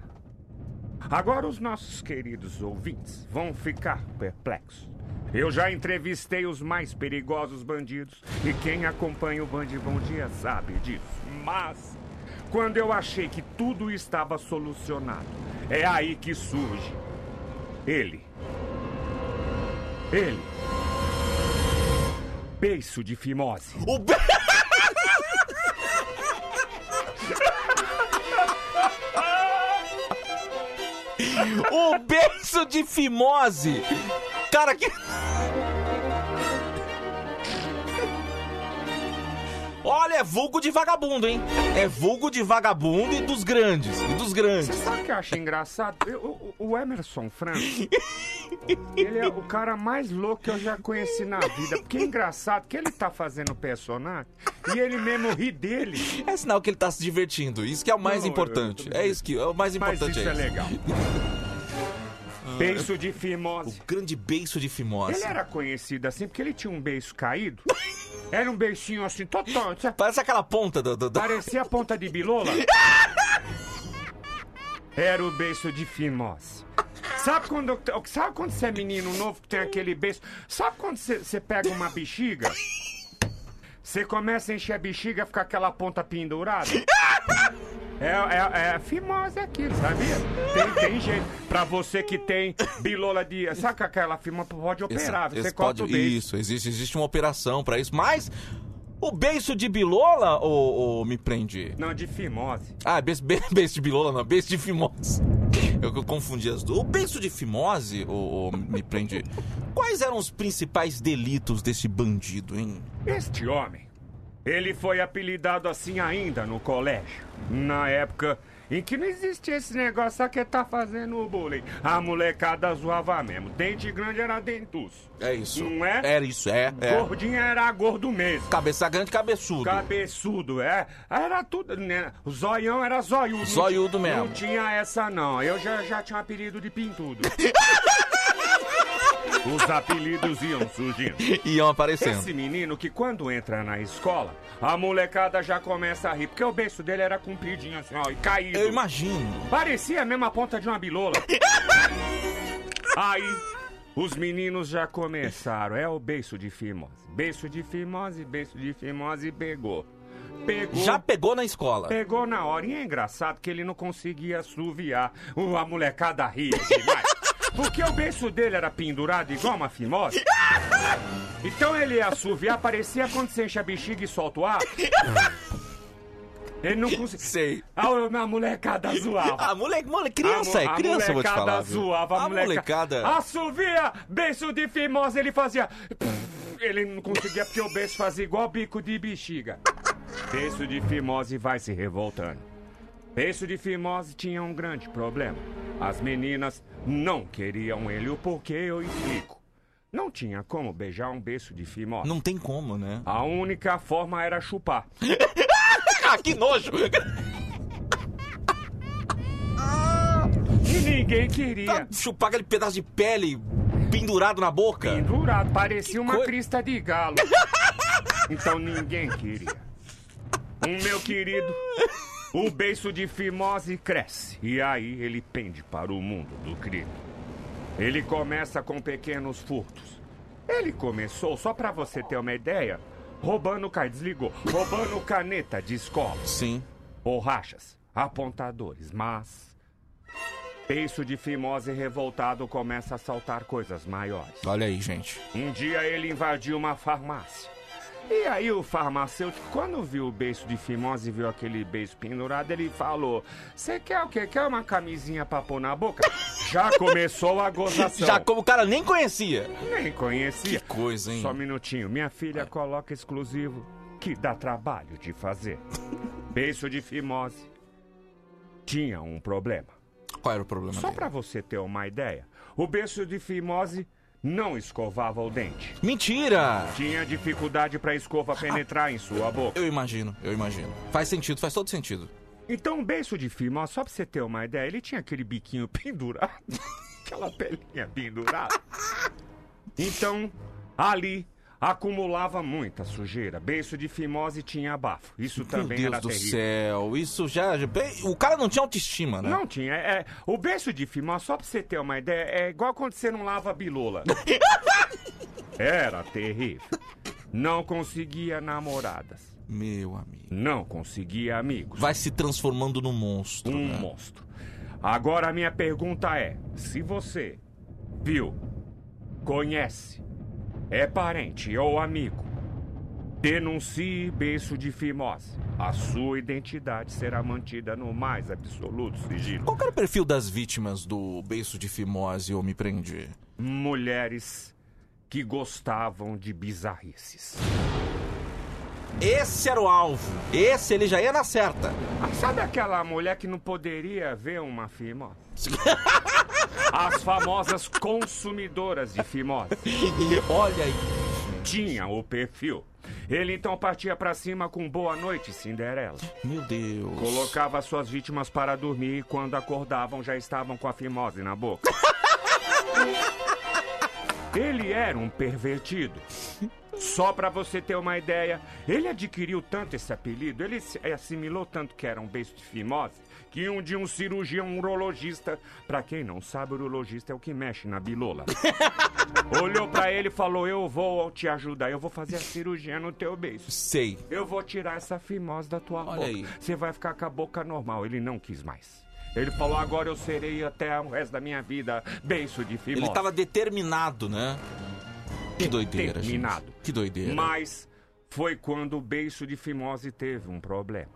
[SPEAKER 12] Agora os nossos queridos ouvintes vão ficar perplexos. Eu já entrevistei os mais perigosos bandidos e quem acompanha o Band Bom Dia sabe disso. Mas quando eu achei que tudo estava solucionado, é aí que surge ele. Ele. Beiço de fimose.
[SPEAKER 3] O be... O beijo de fimose. Cara, que. Olha, é vulgo de vagabundo, hein? É vulgo de vagabundo e dos grandes. E dos
[SPEAKER 12] Você
[SPEAKER 3] grandes.
[SPEAKER 12] sabe o que eu acho engraçado? Eu- o- o, o Emerson Franco, ele é o cara mais louco que eu já conheci na vida. Porque é engraçado que ele tá fazendo personagem e ele mesmo ri dele.
[SPEAKER 3] É sinal que ele tá se divertindo. Isso que é o mais
[SPEAKER 12] Não, eu- eu tô
[SPEAKER 3] importante.
[SPEAKER 12] me
[SPEAKER 3] É isso Ah, que é o mais
[SPEAKER 12] Mas
[SPEAKER 3] importante.
[SPEAKER 12] isso é legal. Beiço de fimose.
[SPEAKER 3] O grande beiço de fimose.
[SPEAKER 12] Ele era conhecido assim porque ele tinha um beiço caído. Era um beicinho assim, totão. sabe?
[SPEAKER 3] Parece aquela ponta do. do, do...
[SPEAKER 12] Parecia a ponta de bilola. Era o beiço de fimose. Sabe quando, sabe quando você é menino novo que tem aquele beiço? Sabe quando você, você pega uma bexiga? Você começa a encher a bexiga, fica aquela ponta pendurada? É, é, é fimose aquilo, sabia? Tem, tem jeito. Pra você que tem bilola de. Sabe que é aquela fimose pode operar,
[SPEAKER 3] Esse-
[SPEAKER 12] você
[SPEAKER 3] esse
[SPEAKER 12] corta
[SPEAKER 3] pode-
[SPEAKER 12] o beijo.
[SPEAKER 3] Isso, existe, existe uma operação pra isso. Mas o beiço de bilola, ô, ô, me prende?
[SPEAKER 12] Não, de fimose.
[SPEAKER 3] Ah, beiço, be- beiço de bilola não, beiço de fimose. Eu, eu confundi as duas. O beiço de fimose, ô, ô, me prende. Quais eram os principais delitos desse bandido, hein?
[SPEAKER 12] Este homem, ele foi apelidado assim ainda no colégio. Na época em que não existia esse negócio, aqui tá fazendo o bullying. A molecada zoava mesmo. Dente grande era dentuço.
[SPEAKER 3] É isso.
[SPEAKER 12] Não é?
[SPEAKER 3] Era isso, é. é.
[SPEAKER 12] Gordinho era gordo mesmo.
[SPEAKER 3] Cabeça grande, cabeçudo.
[SPEAKER 12] Cabeçudo, é. Era tudo, né? O zoião era zoiudo.
[SPEAKER 3] Zoiudo
[SPEAKER 12] Não-
[SPEAKER 3] mesmo.
[SPEAKER 12] Não tinha essa, não. Eu já, já tinha um apelido de pintudo. Os apelidos iam surgindo.
[SPEAKER 3] Iam aparecendo.
[SPEAKER 12] Esse menino que quando entra na escola, a molecada já começa a rir. Porque o beiço dele era compridinho assim, ó, e caído.
[SPEAKER 3] Eu imagino.
[SPEAKER 12] Parecia mesmo a ponta de uma bilola. Aí, os meninos já começaram. É o beiço de fimose. Beiço de fimose, beiço de fimose, pegou. Pegou.
[SPEAKER 3] Já pegou na escola.
[SPEAKER 12] Pegou na hora. E é engraçado que ele não conseguia assoviar. Uh, a molecada ria demais. Porque o beiço dele era pendurado igual uma fimose. Então ele ia assoviar, parecia quando você enche a bexiga e solta o ar. Ele não conseguia.
[SPEAKER 3] Sei.
[SPEAKER 12] A, a molecada zoava.
[SPEAKER 3] Ah, moleque, moleque, criança,
[SPEAKER 12] A mo-
[SPEAKER 3] é criança, eu vou te falar.
[SPEAKER 12] A molecada
[SPEAKER 3] viu?
[SPEAKER 12] zoava, a, Ah.
[SPEAKER 3] a molecada.
[SPEAKER 12] Assovia, beiço de fimose, ele fazia... Ele não conseguia porque o beiço fazia igual bico de bexiga. Beiço de fimose vai se revoltando. Beiço de fimose tinha um grande problema. As meninas não queriam ele, o porquê eu explico. Não tinha como beijar um beiço de fimose.
[SPEAKER 3] Não tem como, né?
[SPEAKER 12] A única forma era chupar.
[SPEAKER 3] Ah, que nojo!
[SPEAKER 12] E ninguém queria.
[SPEAKER 3] chupar aquele pedaço de pele pendurado na boca.
[SPEAKER 12] Pendurado, parecia uma
[SPEAKER 3] coi-
[SPEAKER 12] crista de galo. Então ninguém queria. O meu querido, o beiço de fimose cresce. E aí ele pende para o mundo do crime. Ele começa com pequenos furtos. Ele começou, só pra você ter uma ideia, roubando caneta, desligou, roubando caneta de escola.
[SPEAKER 3] Sim.
[SPEAKER 12] Borrachas, apontadores, mas... Beiço de fimose revoltado começa a saltar coisas maiores.
[SPEAKER 3] Olha aí, gente.
[SPEAKER 12] Um dia ele invadiu uma farmácia. E aí o farmacêutico, quando viu o beiço de fimose e viu aquele beijo pendurado, ele falou: Você quer o quê? Quer uma camisinha pra pôr na boca? Já começou a gozação.
[SPEAKER 3] Já como o cara nem conhecia.
[SPEAKER 12] Nem conhecia.
[SPEAKER 3] Que coisa, hein?
[SPEAKER 12] Só um minutinho. Minha filha coloca exclusivo que dá trabalho de fazer. Beijo de fimose. Tinha um problema.
[SPEAKER 3] Qual era o problema
[SPEAKER 12] Só
[SPEAKER 3] dele?
[SPEAKER 12] pra você ter uma ideia, o beijo de fimose não escovava o dente.
[SPEAKER 3] Mentira!
[SPEAKER 12] Tinha dificuldade pra escova penetrar em sua boca.
[SPEAKER 3] Eu imagino, eu imagino. Faz sentido, faz todo sentido.
[SPEAKER 12] Então, o beiço de fimose, só pra você ter uma ideia, ele tinha aquele biquinho pendurado, aquela pelinha pendurada. Então, ali acumulava muita sujeira. Beiço de fimose tinha abafo. Isso também
[SPEAKER 3] Meu
[SPEAKER 12] era
[SPEAKER 3] Deus do
[SPEAKER 12] terrível.
[SPEAKER 3] céu, isso já, já- bem, O cara não tinha autoestima, né?
[SPEAKER 12] Não tinha. É, é, o beijo de fimose, só pra você ter uma ideia, é igual quando você não lava a bilola. Era terrível. Não conseguia namoradas.
[SPEAKER 3] Meu amigo.
[SPEAKER 12] Não conseguia amigos.
[SPEAKER 3] Vai se transformando num monstro.
[SPEAKER 12] Um
[SPEAKER 3] né?
[SPEAKER 12] monstro. Agora a minha pergunta é: se você viu, conhece, é parente ou amigo, denuncie beijo de fimose. A sua identidade será mantida no mais absoluto sigilo.
[SPEAKER 3] Qual que era o perfil das vítimas do beiço de fimose ou me prende?
[SPEAKER 12] Mulheres que gostavam de bizarrices.
[SPEAKER 3] Esse era o alvo. Esse ele já ia na certa.
[SPEAKER 12] Ah, Sabe aquela mulher que não poderia ver uma fimose? As famosas consumidoras de fimose.
[SPEAKER 3] Olha aí.
[SPEAKER 12] Tinha o perfil. Ele então partia pra cima com boa noite, Cinderela.
[SPEAKER 3] Meu Deus.
[SPEAKER 12] Colocava suas vítimas para dormir e quando acordavam já estavam com a fimose na boca. Ele era um pervertido. Só pra você ter uma ideia, ele adquiriu tanto esse apelido, ele se- assimilou tanto que era um beijo de fimose, que um dia um cirurgião urologista, pra quem não sabe, urologista é o que mexe na bilola, olhou pra ele e falou: Eu vou te ajudar, eu vou fazer a cirurgia no teu beijo.
[SPEAKER 3] Sei.
[SPEAKER 12] Eu vou tirar essa fimose da tua boca.
[SPEAKER 3] aí.
[SPEAKER 12] Você vai ficar com a boca normal. Ele não quis mais. Ele falou: Agora eu serei até o resto da minha vida beijo de fimose.
[SPEAKER 3] Ele tava determinado, né? Que doideira,
[SPEAKER 12] Determinado.
[SPEAKER 3] gente. Que doideira.
[SPEAKER 12] Mas foi quando o beiço de fimose teve um problema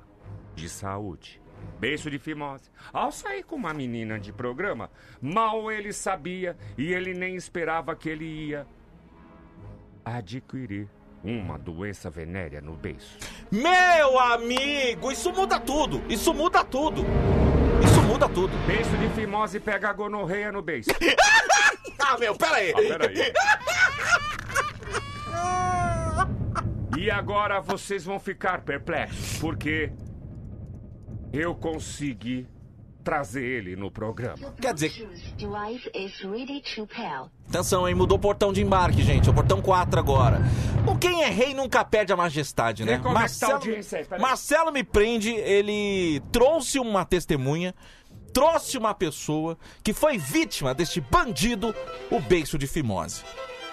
[SPEAKER 12] de saúde. Beiço de fimose. Ao sair com uma menina de programa, mal ele sabia e ele nem esperava que ele ia adquirir uma doença venérea no beiço.
[SPEAKER 3] Meu amigo, isso muda tudo. Isso muda tudo. Isso muda tudo.
[SPEAKER 12] Beiço de fimose pega a gonorreia no beijo.
[SPEAKER 3] ah, meu, pera aí.
[SPEAKER 12] Ah, peraí. E agora vocês vão ficar perplexos, porque eu consegui trazer ele no programa.
[SPEAKER 3] Quer dizer,
[SPEAKER 15] Choose device is ready to pair.
[SPEAKER 3] Atenção, hein? Mudou o portão de embarque, gente. É o portão 4 agora. Bom, quem é rei nunca perde a majestade, né?
[SPEAKER 12] E como é que tá a audiência aí? Peraí.
[SPEAKER 3] Marcelo me prende, ele trouxe uma testemunha, trouxe uma pessoa que foi vítima deste bandido, o beiço de fimose.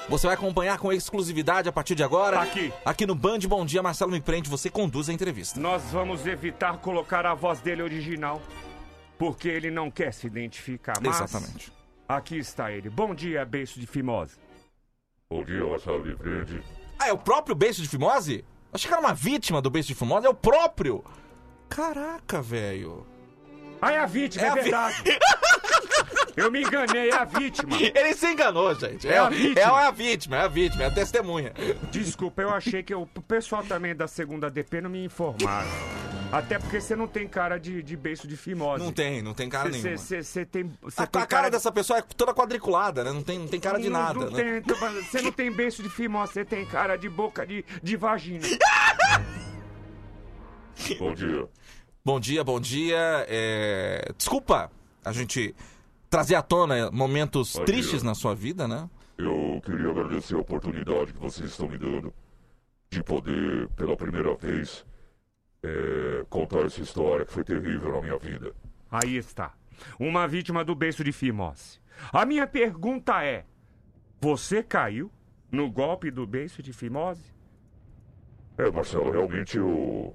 [SPEAKER 3] Você vai acompanhar com exclusividade a partir de agora.
[SPEAKER 12] Tá Aqui.
[SPEAKER 3] Aqui no Band Bom Dia, Marcelo me prende, você conduz a entrevista.
[SPEAKER 12] Nós vamos evitar colocar a voz dele original, porque ele não quer se identificar. Mas
[SPEAKER 3] Exatamente.
[SPEAKER 12] Aqui está ele. Bom dia, beijo de fimose.
[SPEAKER 16] Bom dia, Marcelo Livrede.
[SPEAKER 3] Ah, é o próprio beijo de fimose? Achei que era uma vítima do beijo de fimose, é o próprio. Caraca, velho.
[SPEAKER 12] Ah, é a vítima, é,
[SPEAKER 3] É a vi-
[SPEAKER 12] verdade. Eu me enganei, é a vítima.
[SPEAKER 3] Ele se enganou, gente.
[SPEAKER 12] É a vítima.
[SPEAKER 3] É a vítima, é a vítima, é a testemunha.
[SPEAKER 12] Desculpa, eu achei que o pessoal também da segunda DP não me informaram. Até porque você não tem cara de, de beiço de fimose.
[SPEAKER 3] Não tem, não tem cara nenhuma.
[SPEAKER 12] Você tem. cê
[SPEAKER 3] A, a
[SPEAKER 12] tem
[SPEAKER 3] cara, dessa pessoa é toda quadriculada, né? Não tem, não tem cara de
[SPEAKER 12] Não-
[SPEAKER 3] nada,
[SPEAKER 12] não
[SPEAKER 3] né?
[SPEAKER 12] tem, então, mas Você não tem beiço de fimose, você tem cara de boca de, de vagina.
[SPEAKER 16] Bom dia.
[SPEAKER 3] Bom dia, bom dia. É, Desculpa a gente trazer à tona momentos
[SPEAKER 16] Bom
[SPEAKER 3] tristes
[SPEAKER 16] dia.
[SPEAKER 3] na sua vida, né?
[SPEAKER 16] Eu queria agradecer a oportunidade que vocês estão me dando de poder, pela primeira vez, eh, contar essa história que foi terrível na minha vida.
[SPEAKER 12] Aí está. Uma vítima do beiço de fimose. A minha pergunta é: você caiu no golpe do beiço de fimose?
[SPEAKER 16] É, Marcelo, realmente eu.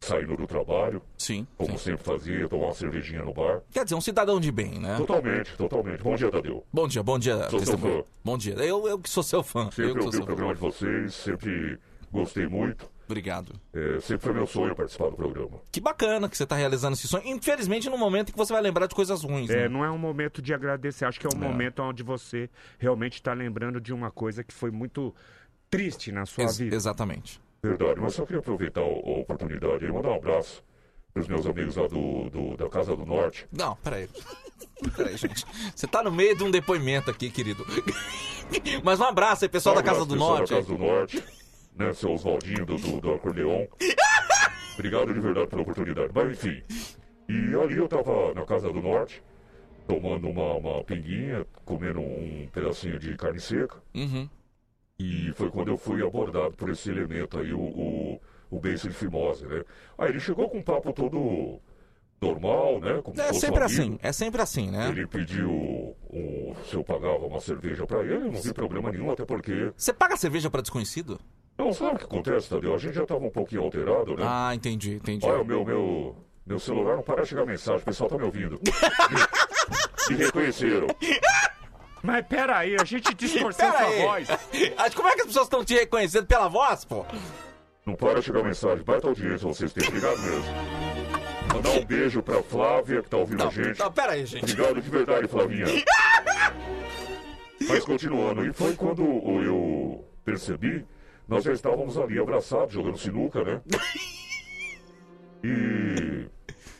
[SPEAKER 16] saindo do trabalho.
[SPEAKER 3] Sim.
[SPEAKER 16] Como sempre fazia, tomar uma cervejinha no bar.
[SPEAKER 3] Quer dizer, um cidadão de bem, né?
[SPEAKER 16] Totalmente, totalmente. Bom dia, Tadeu.
[SPEAKER 3] Bom dia, bom dia,
[SPEAKER 16] Sou seu
[SPEAKER 3] testemunha.
[SPEAKER 16] fã.
[SPEAKER 3] Bom dia. Eu, eu que sou seu fã. eu
[SPEAKER 16] Sempre
[SPEAKER 3] que sou
[SPEAKER 16] ouvi o
[SPEAKER 3] seu fã.
[SPEAKER 16] programa de vocês, sempre gostei muito.
[SPEAKER 3] Obrigado.
[SPEAKER 16] É, sempre foi meu sonho participar do programa.
[SPEAKER 3] Que bacana que você tá realizando esse sonho. Infelizmente, no momento em que você vai lembrar de coisas ruins.
[SPEAKER 12] É,
[SPEAKER 3] né?
[SPEAKER 12] não é um momento de agradecer. Acho que é um
[SPEAKER 3] É.
[SPEAKER 12] momento onde você realmente está lembrando de uma coisa que foi muito triste na sua
[SPEAKER 3] Ex-
[SPEAKER 12] vida.
[SPEAKER 3] Exatamente.
[SPEAKER 16] Verdade, mas só queria aproveitar a a oportunidade e mandar um abraço pros meus amigos lá do, do- da Casa do Norte.
[SPEAKER 3] Não, peraí. Peraí, gente. Você tá no meio de um depoimento aqui, querido. Mas um abraço aí, pessoal
[SPEAKER 16] Um
[SPEAKER 3] da Casa
[SPEAKER 16] abraço,
[SPEAKER 3] do
[SPEAKER 16] pessoal
[SPEAKER 3] Norte.
[SPEAKER 16] Da Casa do Norte, né, seu Oswaldinho do, do, do Acordeon. Obrigado de verdade pela oportunidade. Mas enfim, e ali eu tava na Casa do Norte, tomando uma, uma pinguinha, comendo um pedacinho de carne seca.
[SPEAKER 3] Uhum.
[SPEAKER 16] E foi quando eu fui abordado por esse elemento aí, o, o, o beijo de fimose, né? Aí ele chegou com um papo todo normal, né? Como se
[SPEAKER 3] É
[SPEAKER 16] fosse um
[SPEAKER 3] sempre
[SPEAKER 16] amigo.
[SPEAKER 3] assim, é sempre assim, né?
[SPEAKER 16] Ele pediu o, se eu pagava uma cerveja pra ele, eu não vi problema nenhum, até porque...
[SPEAKER 3] Você paga cerveja pra desconhecido?
[SPEAKER 16] Não, sabe o que acontece, Tadeu? A gente já tava um pouquinho alterado, né?
[SPEAKER 3] Ah, entendi, entendi.
[SPEAKER 16] Olha, o meu, meu, meu celular não para de chegar mensagem, o pessoal tá me ouvindo. Me reconheceram.
[SPEAKER 12] Mas peraí, a gente distorceu
[SPEAKER 3] Pera
[SPEAKER 12] sua
[SPEAKER 3] aí.
[SPEAKER 12] voz.
[SPEAKER 3] Acho- Como é que as pessoas estão te reconhecendo pela voz, pô?
[SPEAKER 16] Não para de chegar mensagem, baita audiência vocês têm, obrigado mesmo.
[SPEAKER 12] Mandar um beijo pra Flávia, que tá ouvindo a gente.
[SPEAKER 3] Não, pera aí, gente.
[SPEAKER 12] Obrigado de verdade, Flavinha. Mas continuando, e foi quando eu percebi, nós já estávamos ali abraçados, jogando sinuca, né? E...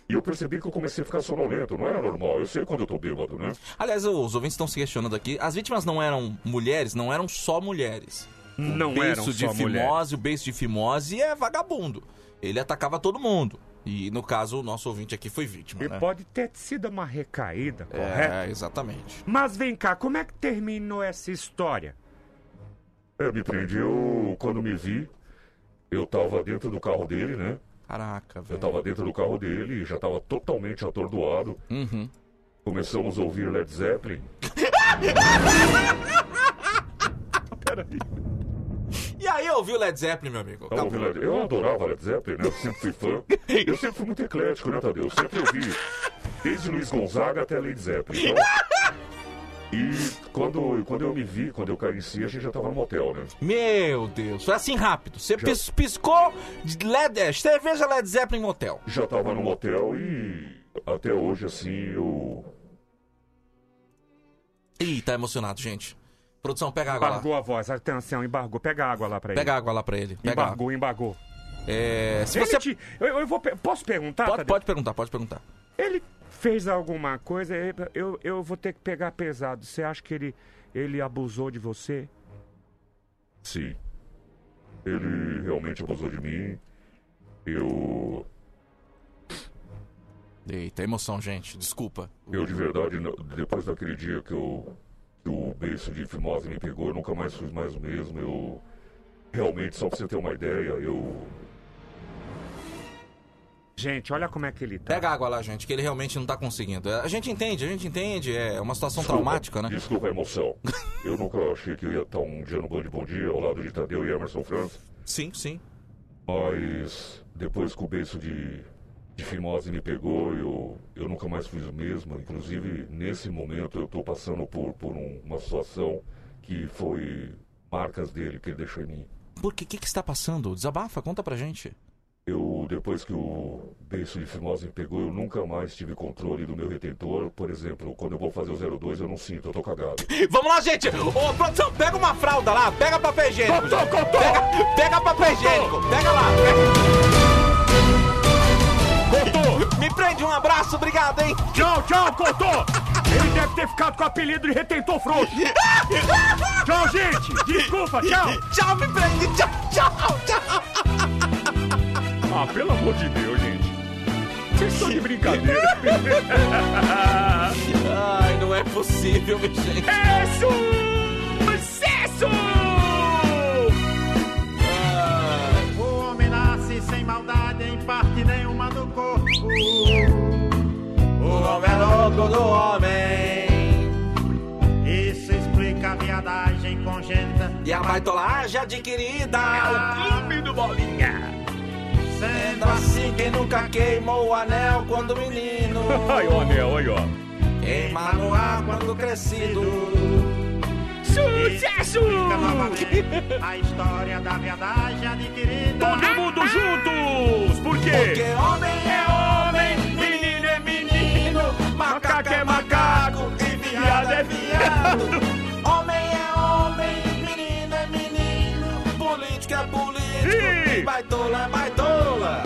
[SPEAKER 12] e eu percebi que eu comecei a ficar sonolento, não era normal, eu sei quando eu tô bêbado, né?
[SPEAKER 3] Aliás, os ouvintes estão se questionando aqui. As vítimas não eram mulheres, não eram só mulheres.
[SPEAKER 4] Não
[SPEAKER 3] o beiço
[SPEAKER 4] eram
[SPEAKER 3] de
[SPEAKER 4] só
[SPEAKER 3] fimose,
[SPEAKER 4] mulheres.
[SPEAKER 3] O beiço de fimose é vagabundo. Ele atacava todo mundo. E, no caso, o nosso ouvinte aqui foi vítima,
[SPEAKER 4] E
[SPEAKER 3] né?
[SPEAKER 4] pode ter sido uma recaída, correto?
[SPEAKER 3] É, exatamente.
[SPEAKER 4] Mas vem cá, como é que terminou essa história?
[SPEAKER 12] É, me prendi, eu, quando me vi, eu tava dentro do carro dele, né?
[SPEAKER 3] Caraca, velho.
[SPEAKER 12] Eu tava dentro do carro dele, já tava totalmente atordoado.
[SPEAKER 3] Uhum.
[SPEAKER 12] Começamos a ouvir Led Zeppelin.
[SPEAKER 3] E aí eu ouvi o Led Zeppelin, meu amigo.
[SPEAKER 4] Então-
[SPEAKER 12] Eu, ouvi Led- eu adorava Led Zeppelin, né? Eu sempre fui fã. Eu sempre fui muito eclético, né, Tadeu? Eu sempre ouvi desde Luiz Gonzaga até Led Zeppelin. Então... E quando, quando eu me vi, quando eu caí em si, a gente já tava no motel, né?
[SPEAKER 3] Meu Deus, foi assim rápido. Você pis- piscou de Led, é, cerveja Led Zeppelin Motel.
[SPEAKER 12] Já tava no motel e até hoje, assim, eu...
[SPEAKER 3] Ih, tá emocionado, gente. Produção, pega água lá.
[SPEAKER 4] Embargou a voz, atenção, embargou. Pega água lá pra ele.
[SPEAKER 3] Pega água lá pra ele. Pega
[SPEAKER 4] embargou, embargou.
[SPEAKER 3] É, se
[SPEAKER 4] Ele
[SPEAKER 3] você...
[SPEAKER 4] te- eu, eu vou... pe- Posso perguntar,
[SPEAKER 3] Pode,
[SPEAKER 4] Tadeu?
[SPEAKER 3] pode perguntar, pode perguntar.
[SPEAKER 4] Ele fez alguma coisa, eu- eu, eu vou ter que pegar pesado. Você acha que ele, ele abusou de você?
[SPEAKER 12] Sim. Ele realmente abusou de mim. Eu.
[SPEAKER 3] Eita, é emoção, gente. Desculpa.
[SPEAKER 12] Eu de verdade, não- depois daquele dia que eu. que o beijo de fimose me pegou, eu nunca mais fui mais o mesmo. Eu. Realmente, só pra você ter uma ideia, eu.
[SPEAKER 4] Gente, olha como é que ele tá.
[SPEAKER 3] Pega água lá, gente, que ele realmente não tá conseguindo. É, A gente entende, a gente entende. É uma situação
[SPEAKER 12] Desculpa,
[SPEAKER 3] traumática, né?
[SPEAKER 12] Desculpa a emoção. eu nunca achei que eu ia estar um dia no Band Bom Dia ao lado de Tadeu e Emerson França.
[SPEAKER 3] Sim, sim.
[SPEAKER 12] Mas depois que o beijo de, de fimose me pegou, eu, eu nunca mais fiz o mesmo. Inclusive, nesse momento, eu estou passando por, por um- uma situação que foi marcas dele que ele deixou em mim.
[SPEAKER 3] Por que, que que está passando? Desabafa, conta pra gente.
[SPEAKER 12] Eu, depois que o beijo de fimose me pegou, eu nunca mais tive controle do meu retentor. Por exemplo, quando eu vou fazer o 02, eu não sinto, eu tô cagado.
[SPEAKER 3] Vamos lá, gente! Ô, produção, pega uma fralda lá, pega papel higiênico. gente. Pega, pega papel higiênico, pega lá. Cotô! Me prende, um abraço, obrigado, hein?
[SPEAKER 4] Tchau, tchau, Cotô! Ele deve ter ficado com o apelido de retentor frouxo. tchau, gente! Desculpa, tchau!
[SPEAKER 3] tchau, me prende! Tchau, tchau, tchau!
[SPEAKER 4] Ah, pelo amor de Deus, gente. Vocês estão de brincadeira.
[SPEAKER 3] Ai, não é possível, minha gente.
[SPEAKER 4] É sucesso!
[SPEAKER 17] O homem nasce sem maldade em parte nenhuma do corpo. O homem é louco do homem. Isso explica a viadagem congênita.
[SPEAKER 3] E a baitolagem adquirida.
[SPEAKER 17] É o
[SPEAKER 3] clube do Bolinha.
[SPEAKER 17] Sendo
[SPEAKER 3] Sendo assim, quem nunca queimou o anel quando menino.
[SPEAKER 4] Ai, ó, anel, aí, ó.
[SPEAKER 3] Queima no ar quando crescido.
[SPEAKER 4] Oh, Sucesso!
[SPEAKER 17] Explica novamente a história da viadagem adquirida.
[SPEAKER 4] Todo mundo juntos! Por
[SPEAKER 17] Porque
[SPEAKER 4] quê?
[SPEAKER 17] homem é homem, menino é menino, macaco é macaco e viado é viado.
[SPEAKER 3] Homem é homem, menino é menino, político é político,
[SPEAKER 17] Ih!
[SPEAKER 3] baitola é baitola.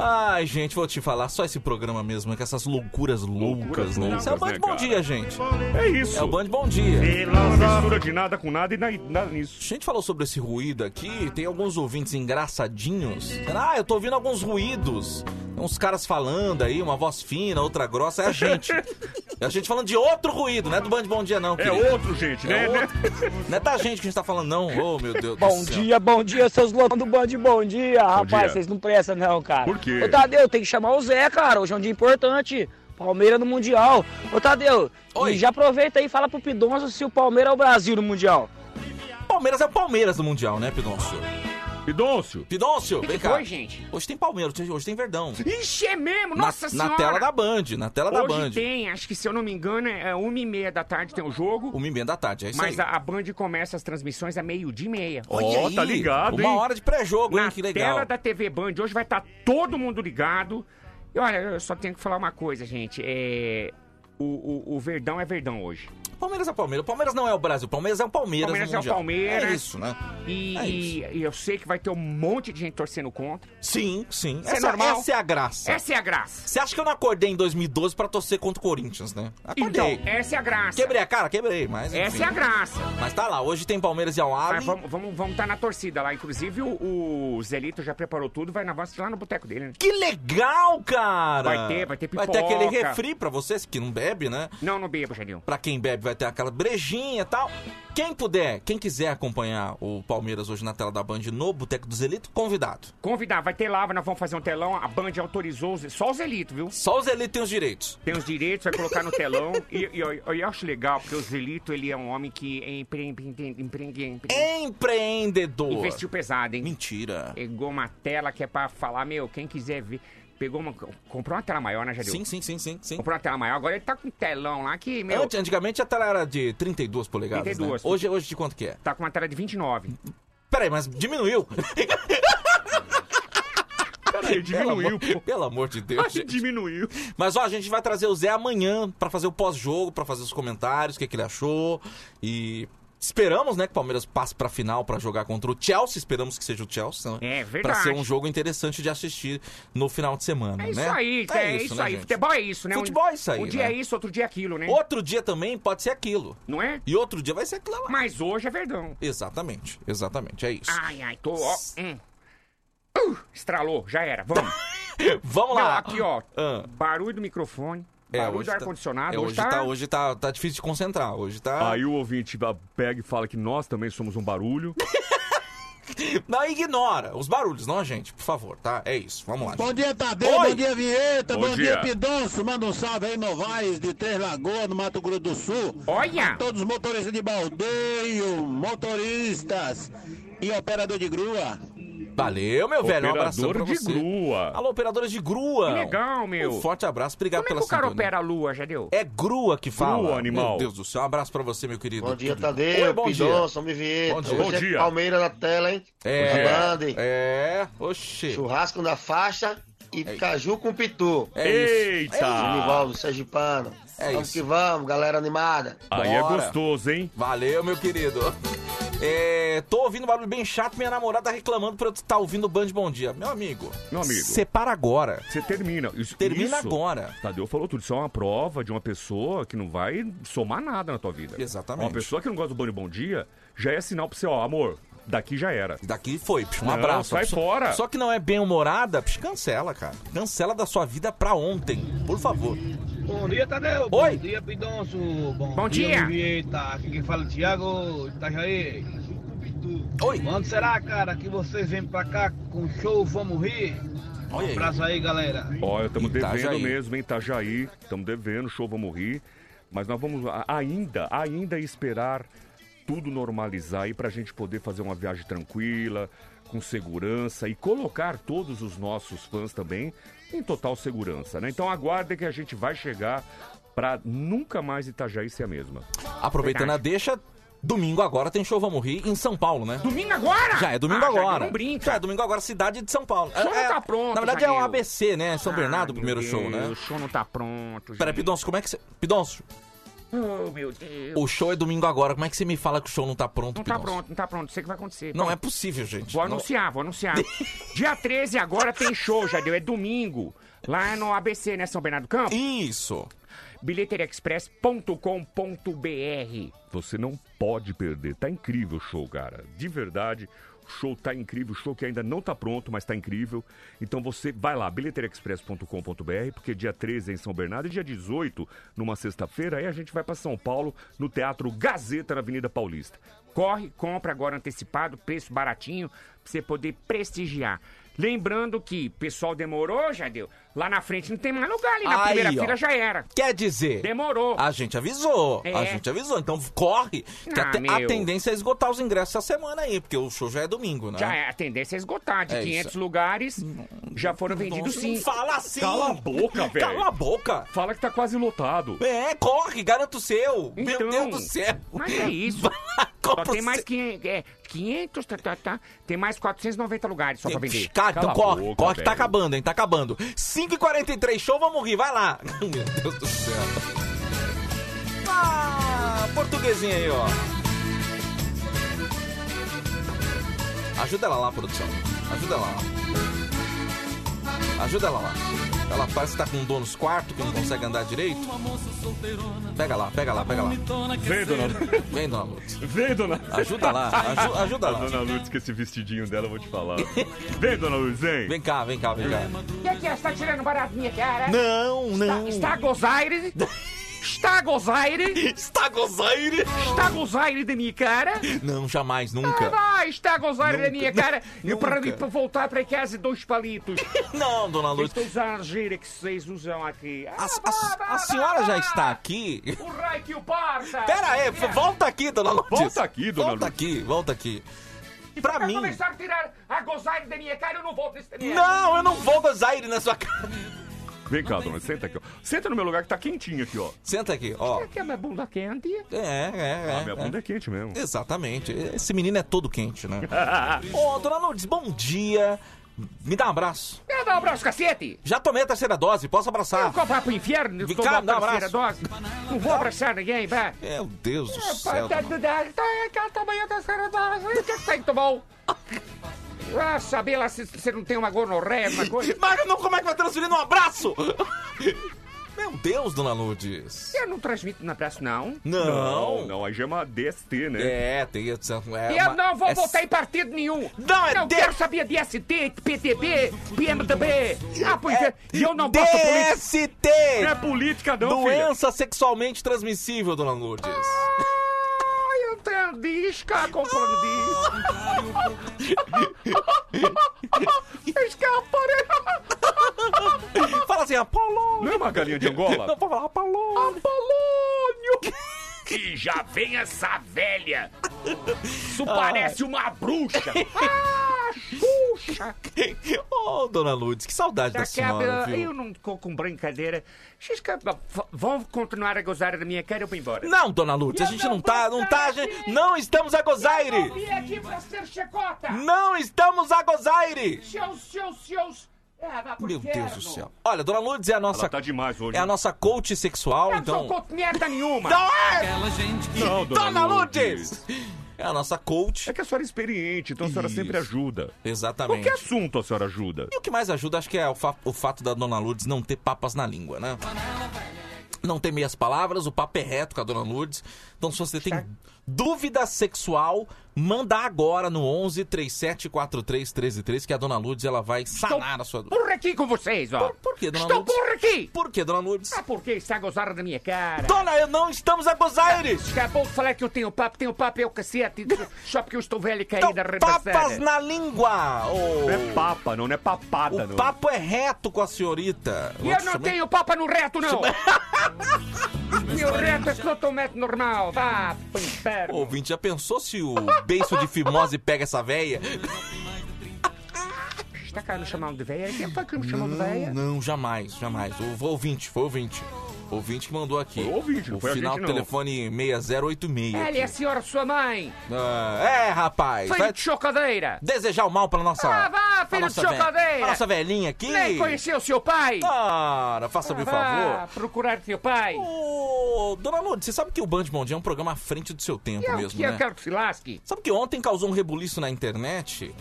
[SPEAKER 3] Ai, gente, vou te falar, só esse programa mesmo, é com essas loucuras loucas, né?
[SPEAKER 4] loucas,
[SPEAKER 3] Isso é o Band
[SPEAKER 4] né,
[SPEAKER 3] Bom
[SPEAKER 4] cara?
[SPEAKER 3] Dia, gente.
[SPEAKER 4] É isso.
[SPEAKER 3] É o Band Bom Dia.
[SPEAKER 4] Não mistura de nada com nada e na- nada nisso.
[SPEAKER 3] A gente falou sobre esse ruído aqui, tem alguns ouvintes engraçadinhos. Ah, eu tô ouvindo alguns ruídos. Tem uns caras falando aí, uma voz fina, outra grossa, é a gente. É a gente falando de outro ruído, não é do Band Bom Dia não,
[SPEAKER 4] É
[SPEAKER 3] querido.
[SPEAKER 4] outro, gente,
[SPEAKER 3] É
[SPEAKER 4] né?
[SPEAKER 3] outro. Não é da gente que a gente tá falando não, ô meu Deus
[SPEAKER 1] Bom
[SPEAKER 3] do céu.
[SPEAKER 1] dia, bom dia, seus loucos do Band, bom dia. Rapaz,
[SPEAKER 3] dia.
[SPEAKER 1] vocês não prestam não, cara.
[SPEAKER 3] Por quê?
[SPEAKER 1] Ô, Tadeu, tem que chamar o Zé, cara. Hoje é um dia importante. Palmeiras no Mundial. Ô, Tadeu, e já aproveita aí e fala pro Pidonço se o Palmeiras é o Brasil no Mundial.
[SPEAKER 3] Palmeiras é o Palmeiras do Mundial, né, Pidoncio?
[SPEAKER 4] Pidoncio?
[SPEAKER 3] Pidoncio,
[SPEAKER 4] Que
[SPEAKER 3] vem
[SPEAKER 4] que
[SPEAKER 3] cá.
[SPEAKER 4] foi, gente?
[SPEAKER 3] Hoje tem Palmeiras, hoje tem Verdão.
[SPEAKER 4] Ixi, é mesmo?
[SPEAKER 3] Na-
[SPEAKER 4] Nossa
[SPEAKER 3] na,
[SPEAKER 4] senhora!
[SPEAKER 3] tela da Band, na tela da
[SPEAKER 4] Hoje
[SPEAKER 3] Band.
[SPEAKER 4] tem, acho que se eu não me engano, é uma e meia da tarde tem o jogo.
[SPEAKER 3] Uma e meia da tarde, é isso
[SPEAKER 4] Mas
[SPEAKER 3] aí.
[SPEAKER 4] a, a Band começa as transmissões a meio-dia e meia.
[SPEAKER 3] Olha Ó, aí, tá ligado, uma hein? hora de pré-jogo, hein?
[SPEAKER 4] Na
[SPEAKER 3] Que legal.
[SPEAKER 4] tela da TV Band, hoje vai estar todo mundo tá ligado. E olha, eu só tenho que falar uma coisa, gente. É. O, o, o Verdão é Verdão hoje.
[SPEAKER 3] Palmeiras é Palmeiras. Palmeiras não é o Brasil. Palmeiras é o Palmeiras.
[SPEAKER 4] Palmeiras
[SPEAKER 3] no
[SPEAKER 4] é o
[SPEAKER 3] Mundial.
[SPEAKER 4] Palmeiras.
[SPEAKER 3] É isso, né?
[SPEAKER 4] E,
[SPEAKER 3] É
[SPEAKER 4] e- e eu sei que vai ter um monte de gente torcendo contra.
[SPEAKER 3] Sim, sim.
[SPEAKER 4] Isso é
[SPEAKER 3] essa,
[SPEAKER 4] normal.
[SPEAKER 3] essa é a graça.
[SPEAKER 4] Essa é a graça.
[SPEAKER 3] Você acha que eu não acordei em 2012 pra torcer contra o Corinthians, né? Acordei.
[SPEAKER 4] Então, essa é a graça.
[SPEAKER 3] Quebrei a cara? Quebrei, mas.
[SPEAKER 4] Essa
[SPEAKER 3] enfim.
[SPEAKER 4] é a graça.
[SPEAKER 3] Mas tá lá, hoje tem Palmeiras e Al-Ali.
[SPEAKER 4] Mas vamos, vamos, vamos tá na torcida lá. Inclusive, o, o Zelito já preparou tudo, vai na voz lá no boteco dele, né?
[SPEAKER 3] Que legal, cara!
[SPEAKER 4] Vai ter, vai ter pipoca.
[SPEAKER 3] Vai ter aquele refri pra vocês que não bebe, né?
[SPEAKER 4] Não, não bebo, Janil.
[SPEAKER 3] Pra quem bebe, vai ter aquela brejinha e tal. Quem puder, quem quiser acompanhar o Palmeiras hoje na tela da Band no Boteco do Zelito, convidado.
[SPEAKER 4] Convidar, vai ter lá, nós vamos fazer um telão. A Band autorizou, os- só o Zelito, viu?
[SPEAKER 3] Só o Zelito tem os direitos.
[SPEAKER 4] Tem os direitos, vai colocar no telão. e e eu, eu acho legal, porque o Zelito, ele é um homem que é empreende, empreende,
[SPEAKER 3] Empreendedor.
[SPEAKER 4] Investiu pesado, hein?
[SPEAKER 3] Mentira.
[SPEAKER 4] Pegou uma tela que é pra falar, meu, quem quiser ver. é Pegou uma. Comprou uma tela maior, né, Jadil?
[SPEAKER 3] Sim, sim, sim, sim, sim.
[SPEAKER 4] Comprou uma tela maior, agora ele tá com um telão lá que, meu.
[SPEAKER 12] É,
[SPEAKER 3] Antes- antigamente a tela era de 32 polegadas. né?
[SPEAKER 4] 32.
[SPEAKER 3] Hoje, hoje de quanto que é?
[SPEAKER 4] Tá com uma tela de 29.
[SPEAKER 3] Peraí, mas diminuiu.
[SPEAKER 4] Peraí,
[SPEAKER 3] diminuiu, pô. Pelo amor de Deus. gente.
[SPEAKER 4] diminuiu.
[SPEAKER 3] Mas ó, a gente vai trazer o Zé amanhã pra fazer o pós-jogo, pra fazer os comentários, o que, que ele achou. E esperamos, né, que o Palmeiras passe pra final pra jogar contra o Chelsea. Esperamos que seja o Chelsea, né?
[SPEAKER 4] É verdade.
[SPEAKER 3] Pra ser um jogo interessante de assistir no final de semana,
[SPEAKER 4] É isso
[SPEAKER 3] né?
[SPEAKER 4] aí, é, isso,
[SPEAKER 3] né,
[SPEAKER 4] aí.
[SPEAKER 3] gente?
[SPEAKER 4] Futebol é isso, né? Um-
[SPEAKER 3] Futebol é isso aí,
[SPEAKER 4] Um dia
[SPEAKER 3] né?
[SPEAKER 4] é isso, outro dia é aquilo, né?
[SPEAKER 3] Outro dia também pode ser aquilo.
[SPEAKER 4] Não é?
[SPEAKER 3] E outro dia vai ser aquilo lá.
[SPEAKER 4] Mas hoje é verdão.
[SPEAKER 3] Exatamente, exatamente, é isso.
[SPEAKER 4] Ai, ai, tô, ó. hum. Uh, estralou, já era, vamos.
[SPEAKER 3] Vamos lá.
[SPEAKER 4] Não, aqui, ó.
[SPEAKER 3] Ah.
[SPEAKER 4] Barulho do microfone, barulho
[SPEAKER 3] hoje
[SPEAKER 4] do
[SPEAKER 3] tá-
[SPEAKER 4] ar-condicionado.
[SPEAKER 3] é,
[SPEAKER 4] hoje,
[SPEAKER 3] hoje, tá... hoje tá, tá difícil de concentrar. Hoje tá.
[SPEAKER 12] Aí o ouvinte da- pega e fala que nós também somos um barulho.
[SPEAKER 3] Não, ignora os barulhos, não, gente? Por favor, tá? É isso, vamos lá.
[SPEAKER 18] Bom
[SPEAKER 3] gente.
[SPEAKER 18] dia, Tadeu.
[SPEAKER 3] Oi.
[SPEAKER 18] Bom dia, Vinheta.
[SPEAKER 3] Bom
[SPEAKER 18] Bom,
[SPEAKER 3] dia.
[SPEAKER 18] dia, Pidonço. Manda um salve aí, Novaes, de Três Lagoas, no Mato Grosso do Sul.
[SPEAKER 4] Olha!
[SPEAKER 18] A todos os motoristas de baldeio, motoristas e operador de grua.
[SPEAKER 3] Valeu, meu velho. Um abração pra
[SPEAKER 18] Operador de
[SPEAKER 3] você.
[SPEAKER 18] grua.
[SPEAKER 3] Alô, operadores de grua.
[SPEAKER 4] Que legal, meu.
[SPEAKER 3] Um forte abraço. Obrigado
[SPEAKER 4] Como é
[SPEAKER 3] pela né?
[SPEAKER 4] que o cara
[SPEAKER 3] sintonia.
[SPEAKER 4] opera a lua, já deu?
[SPEAKER 3] É grua que fala.
[SPEAKER 4] Grua, animal.
[SPEAKER 3] Meu Deus do céu. Um abraço pra você, meu querido.
[SPEAKER 19] Bom dia, tá
[SPEAKER 3] Tudo bem?
[SPEAKER 19] Tadeu,
[SPEAKER 3] Oi, bom dia.
[SPEAKER 19] Pidonça, homem vinheta.
[SPEAKER 3] Bom dia.
[SPEAKER 19] Hoje é Palmeiras na tela, hein?
[SPEAKER 3] É.
[SPEAKER 19] Hoje Bande.
[SPEAKER 3] É. Oxi.
[SPEAKER 19] Churrasco na faixa e caju com pitu.
[SPEAKER 3] É isso. É. Eita.
[SPEAKER 19] Genivaldo, Sergipano.
[SPEAKER 3] É
[SPEAKER 19] vamos
[SPEAKER 3] isso.
[SPEAKER 19] que vamos, galera animada.
[SPEAKER 3] Aí é gostoso, hein? Valeu, meu querido. É, tô ouvindo um barulho bem chato, minha namorada tá reclamando pra eu estar ouvindo o Band Bom Dia. Meu amigo.
[SPEAKER 12] Meu amigo.
[SPEAKER 3] Separa agora.
[SPEAKER 12] Você termina. Isso,
[SPEAKER 3] Termina
[SPEAKER 12] isso,
[SPEAKER 3] agora.
[SPEAKER 12] Tadeu falou tudo. Isso é uma prova de uma pessoa que não vai somar nada na tua vida.
[SPEAKER 3] Exatamente.
[SPEAKER 12] Uma pessoa que não gosta do Bom e Bom Dia já é sinal pra você, ó, amor, daqui já era.
[SPEAKER 3] Daqui foi, Um
[SPEAKER 12] não,
[SPEAKER 3] abraço.
[SPEAKER 12] Sai
[SPEAKER 3] Só-
[SPEAKER 12] fora.
[SPEAKER 3] Só que não é bem humorada, psh, cancela, cara. Cancela da sua vida pra ontem, por favor.
[SPEAKER 1] Bom dia, Tadeu. Oi. Bom dia, Pidonço. Bom,
[SPEAKER 3] Bom dia.
[SPEAKER 1] Vieta. Aqui quem fala é o Thiago Itajaí.
[SPEAKER 3] Oi.
[SPEAKER 1] Quando será, cara, que vocês vêm pra cá com show Vamos Rir?
[SPEAKER 3] Olha
[SPEAKER 1] um abraço aí, galera.
[SPEAKER 12] Ó, estamos
[SPEAKER 1] Itajaí.
[SPEAKER 12] devendo mesmo, hein, Itajaí. Estamos devendo, show, vamos rir. Mas nós vamos a- ainda, ainda esperar tudo normalizar aí pra gente poder fazer uma viagem tranquila, com segurança e colocar todos os nossos fãs também em total segurança, né? Então aguardem que a gente vai chegar pra nunca mais Itajaí ser a mesma.
[SPEAKER 3] Aproveitando a deixa, domingo agora tem show Vamos Rir em São Paulo, né?
[SPEAKER 4] Domingo agora?
[SPEAKER 3] Já é domingo
[SPEAKER 4] Ah, já
[SPEAKER 3] agora.
[SPEAKER 4] não brinca.
[SPEAKER 3] Já é domingo agora, cidade de São Paulo.
[SPEAKER 4] O show
[SPEAKER 3] É-
[SPEAKER 4] não tá
[SPEAKER 3] é-
[SPEAKER 4] pronto,
[SPEAKER 3] Na verdade é o
[SPEAKER 4] Zagueiro.
[SPEAKER 3] ABC, né? São
[SPEAKER 4] Ai,
[SPEAKER 3] Bernardo, o
[SPEAKER 4] meu
[SPEAKER 3] primeiro show,
[SPEAKER 4] Deus,
[SPEAKER 3] né?
[SPEAKER 4] O show não tá pronto.
[SPEAKER 3] Peraí, Pidonço, como é que você. Pidonço,
[SPEAKER 4] Oh, meu Deus.
[SPEAKER 3] o show é domingo agora. Como é que você me fala que o show não tá pronto,
[SPEAKER 4] Não tá
[SPEAKER 3] Pidonço?
[SPEAKER 4] pronto, não tá pronto. Não sei o que vai acontecer.
[SPEAKER 3] Não
[SPEAKER 4] Pronto.
[SPEAKER 3] é possível, gente.
[SPEAKER 4] Vou
[SPEAKER 3] Não-
[SPEAKER 4] anunciar, vou anunciar. Dia 13 agora tem show, já deu. É domingo. Lá no ABC, né, São Bernardo do Campo?
[SPEAKER 3] Isso.
[SPEAKER 4] bilheteriaexpress.com.br
[SPEAKER 12] Você não pode perder. Tá incrível o show, cara. De verdade, o show tá incrível. O show que ainda não tá pronto, mas tá incrível. Então você vai lá, bilheteriaexpress.com.br, porque dia 13 é em São Bernardo e dia 18, numa sexta-feira, aí a gente vai pra São Paulo, no Teatro Gazeta, na Avenida Paulista.
[SPEAKER 4] Corre, compra agora antecipado, preço baratinho, pra você poder prestigiar. Lembrando que pessoal demorou, já deu. Lá na frente não tem mais
[SPEAKER 12] Tá
[SPEAKER 4] lugar, ali na
[SPEAKER 3] Aí,
[SPEAKER 4] primeira
[SPEAKER 3] ó.
[SPEAKER 4] fila já era.
[SPEAKER 3] Quer dizer,
[SPEAKER 4] Demorou.
[SPEAKER 3] a gente avisou. A
[SPEAKER 4] É.
[SPEAKER 3] gente avisou. Então corre. Que
[SPEAKER 4] Ah,
[SPEAKER 3] a, te- a
[SPEAKER 4] meu.
[SPEAKER 3] tendência é esgotar os ingressos essa semana aí, porque o show já é domingo, né?
[SPEAKER 4] Já é, a tendência é esgotar. De
[SPEAKER 3] É
[SPEAKER 4] 500
[SPEAKER 3] isso.
[SPEAKER 4] lugares, já foram vendidos
[SPEAKER 3] Nossa, não
[SPEAKER 4] sim.
[SPEAKER 3] fala assim. Cala a boca.
[SPEAKER 12] Fala que tá quase lotado.
[SPEAKER 3] É, corre, garanto o seu. Meu
[SPEAKER 4] Então,
[SPEAKER 3] Deus do céu.
[SPEAKER 4] Mas é isso.
[SPEAKER 3] compra
[SPEAKER 12] Só tem
[SPEAKER 3] o
[SPEAKER 12] mais
[SPEAKER 3] seu.
[SPEAKER 12] 500, é, 500 tá, tá, tá, tem mais 490 lugares só pra vender.
[SPEAKER 3] Cara, então
[SPEAKER 12] Cala a
[SPEAKER 3] corre,
[SPEAKER 12] boca,
[SPEAKER 3] corre que tá
[SPEAKER 12] velho.
[SPEAKER 3] acabando, hein? Tá acabando. 5h43, show, vamos rir, vai lá. Meu Deus do céu. Ah, portuguesinha aí, ó. Ajuda ela lá, produção. Ajuda ela lá. Ajuda ela lá. Ela parece que tá com um dono nos quartos, que não consegue andar direito. Pega lá, pega lá, pega lá.
[SPEAKER 7] Vem, dona Lourdes.
[SPEAKER 3] Vem, dona Lourdes.
[SPEAKER 7] Vem, dona Lourdes.
[SPEAKER 3] Ajuda lá, aju- ajuda lá.
[SPEAKER 7] A dona Lourdes, com esse vestidinho dela, eu vou te falar. Vem, dona Lourdes, vem.
[SPEAKER 3] Vem cá, vem cá, vem cá.
[SPEAKER 12] Que que é? Você tá tirando barato da minha cara?
[SPEAKER 3] Não,
[SPEAKER 12] não. Está, está gozaire? Está gozaire?
[SPEAKER 3] Está gozaire?
[SPEAKER 12] Está gozaire da minha cara?
[SPEAKER 3] Não, jamais,
[SPEAKER 12] Ah,
[SPEAKER 3] nunca.
[SPEAKER 12] vai, está gozaire da minha
[SPEAKER 3] Nunca,
[SPEAKER 12] cara? E para
[SPEAKER 3] nunca.
[SPEAKER 12] mim, para voltar para casa, dois palitos.
[SPEAKER 3] Não, dona Lourdes.
[SPEAKER 12] Estou usando a gíria que vocês usam aqui. Ah,
[SPEAKER 3] A, a- a senhora já está aqui?
[SPEAKER 12] o raio que o parta!
[SPEAKER 3] Pera aí, f- volta aqui, dona Lourdes.
[SPEAKER 7] Volta aqui, dona
[SPEAKER 3] Volta
[SPEAKER 7] Lourdes.
[SPEAKER 3] aqui, volta aqui.
[SPEAKER 12] Pra
[SPEAKER 3] mim-
[SPEAKER 12] começar a tirar a gozaire da minha cara, é eu não volto nesse terreno.
[SPEAKER 3] Não, eu não vou gozaire na sua cara.
[SPEAKER 7] Vem cá, dona, senta aqui, ó. Senta no meu lugar que tá quentinho aqui, ó.
[SPEAKER 3] Senta aqui, ó.
[SPEAKER 12] Quer minha bunda quente?
[SPEAKER 3] É, é, é.
[SPEAKER 7] Ah, minha bunda é quente mesmo.
[SPEAKER 3] Exatamente. Esse menino é todo quente, né? Ô, dona Lourdes, bom dia. Me dá um abraço.
[SPEAKER 12] Quer dar um abraço, cacete?
[SPEAKER 3] Já tomei a terceira dose, posso abraçar?
[SPEAKER 12] Qual vai pro inferno?
[SPEAKER 3] Vem
[SPEAKER 12] Estou
[SPEAKER 3] cá,
[SPEAKER 12] na
[SPEAKER 3] me Tá. dá um
[SPEAKER 12] terceira
[SPEAKER 3] abraço.
[SPEAKER 12] dose. Não vou abraçar ninguém, vai.
[SPEAKER 3] Meu Deus do
[SPEAKER 12] Tá,
[SPEAKER 3] céu.
[SPEAKER 12] tá,
[SPEAKER 3] dona-
[SPEAKER 12] tá, tá, aquela tamanho da senhora dose. O que que tem que tomar? Ah, saber lá se você não tem uma gonorreia, uma coisa.
[SPEAKER 3] Mas não, como é que vai transferir um abraço? Meu Deus, dona Lourdes.
[SPEAKER 12] Eu não transmito um abraço, não.
[SPEAKER 3] Não.
[SPEAKER 7] Não, aí já é uma DST, né?
[SPEAKER 3] É, tem. É
[SPEAKER 12] eu
[SPEAKER 3] uma-
[SPEAKER 12] não vou
[SPEAKER 3] é
[SPEAKER 12] votar em partido nenhum.
[SPEAKER 3] Não, é D-
[SPEAKER 12] quero saber de ST, PTB, PMDB. Ah, pois é. E eu não gosto de política.
[SPEAKER 3] DST!
[SPEAKER 12] Não é política, não,
[SPEAKER 3] Doença sexualmente transmissível, dona Lourdes.
[SPEAKER 12] Ai, eu entendi, Ska, compreendi. Escaparei.
[SPEAKER 3] Fala assim, Apolônio.
[SPEAKER 7] Não é uma galinha de
[SPEAKER 3] Não,
[SPEAKER 7] Angola?
[SPEAKER 3] pode falar Apolônio.
[SPEAKER 12] Apolônio. E já vem essa velha. Isso parece uma bruxa. Ah, Xuxa.
[SPEAKER 3] Ô, dona Lourdes, que saudade da
[SPEAKER 12] Daqui a
[SPEAKER 3] senhora,
[SPEAKER 12] pouco-
[SPEAKER 3] viu?
[SPEAKER 12] eu não tô com brincadeira. Xisca, v- Vão continuar a gozar da minha cara, eu vou embora.
[SPEAKER 3] Não, dona Lourdes, a gente não tá, não tá, gente, não estamos a gozaire.
[SPEAKER 12] aqui pra ser chacota.
[SPEAKER 3] Não estamos a gozaire.
[SPEAKER 12] Seus, seus, seus.
[SPEAKER 3] Meu Deus do céu. Olha, dona Lourdes é a nossa,
[SPEAKER 7] Ela tá demais hoje.
[SPEAKER 3] é a nossa coach sexual,
[SPEAKER 12] Não
[SPEAKER 3] então...
[SPEAKER 12] sou contra merda nenhuma.
[SPEAKER 3] Não é!
[SPEAKER 7] Não,
[SPEAKER 3] Dona Lourdes! É a nossa coach.
[SPEAKER 7] É que a senhora é experiente, então a senhora sempre ajuda.
[SPEAKER 3] Exatamente.
[SPEAKER 7] Que assunto a senhora ajuda?
[SPEAKER 3] E o que mais ajuda, acho que é o, fa- o fato da Dona Lourdes não ter papas na língua, né? Não ter meias palavras, o papo é reto com a Dona Lourdes. Então, se você tem dúvida sexual, manda agora no 11 3743 133 que a Dona Lourdes ela vai sanar a Tá sua dúvida.
[SPEAKER 12] Porra aqui com vocês, ó.
[SPEAKER 3] Por que, Dona
[SPEAKER 12] Estou
[SPEAKER 3] Lourdes?
[SPEAKER 12] porra aqui.
[SPEAKER 3] Por que, Dona Lourdes?
[SPEAKER 12] Ah, por que está a gozar da minha cara?
[SPEAKER 3] Dona, eu não estamos a gozar, eles!
[SPEAKER 12] Acabou de falar que eu tenho papo, tenho papo, é o cacete. Só porque eu estou velho e
[SPEAKER 3] Então,
[SPEAKER 12] caída,
[SPEAKER 3] papas
[SPEAKER 12] arrebaçada.
[SPEAKER 3] na língua! ô.
[SPEAKER 7] Não é papa, não, não é papada,
[SPEAKER 3] o
[SPEAKER 7] não.
[SPEAKER 3] papo é reto com a senhorita.
[SPEAKER 12] E eu não tenho papa no reto, não. Meu reto é totalmente normal. Vá pro
[SPEAKER 3] Ô,
[SPEAKER 12] inferno.
[SPEAKER 3] Ouvinte, já pensou se o beiço de fimose pega essa véia?
[SPEAKER 12] Está cá me chamando de velha? Quem foi que me chamou de velha?
[SPEAKER 3] Não, jamais, jamais. O ouvinte, foi ouvinte. Ouvinte que mandou aqui.
[SPEAKER 7] Foi ouvinte, não
[SPEAKER 3] o
[SPEAKER 7] foi a
[SPEAKER 3] final
[SPEAKER 7] gente,
[SPEAKER 3] do
[SPEAKER 7] não.
[SPEAKER 3] telefone 6086.
[SPEAKER 12] Ela é a senhora sua mãe.
[SPEAKER 3] Ah, é, rapaz.
[SPEAKER 12] Filho
[SPEAKER 3] Vai
[SPEAKER 12] de chocadeira.
[SPEAKER 3] desejar o mal pra nossa.
[SPEAKER 12] Ah, vá,
[SPEAKER 3] pra
[SPEAKER 12] filho
[SPEAKER 3] nossa
[SPEAKER 12] de
[SPEAKER 3] velha-
[SPEAKER 12] chocadeira.
[SPEAKER 3] Pra nossa velhinha aqui.
[SPEAKER 12] Nem conheceu seu pai.
[SPEAKER 3] Para, faça-me Ah, o
[SPEAKER 12] Vá
[SPEAKER 3] favor.
[SPEAKER 12] procurar seu pai.
[SPEAKER 3] Ô, dona Lourdes, você sabe que o Band Bom Dia é um programa à frente do seu tempo
[SPEAKER 12] E eu,
[SPEAKER 3] mesmo,
[SPEAKER 12] que é
[SPEAKER 3] né?
[SPEAKER 12] eu quero que se lasque.
[SPEAKER 3] Sabe que ontem causou um rebuliço na internet?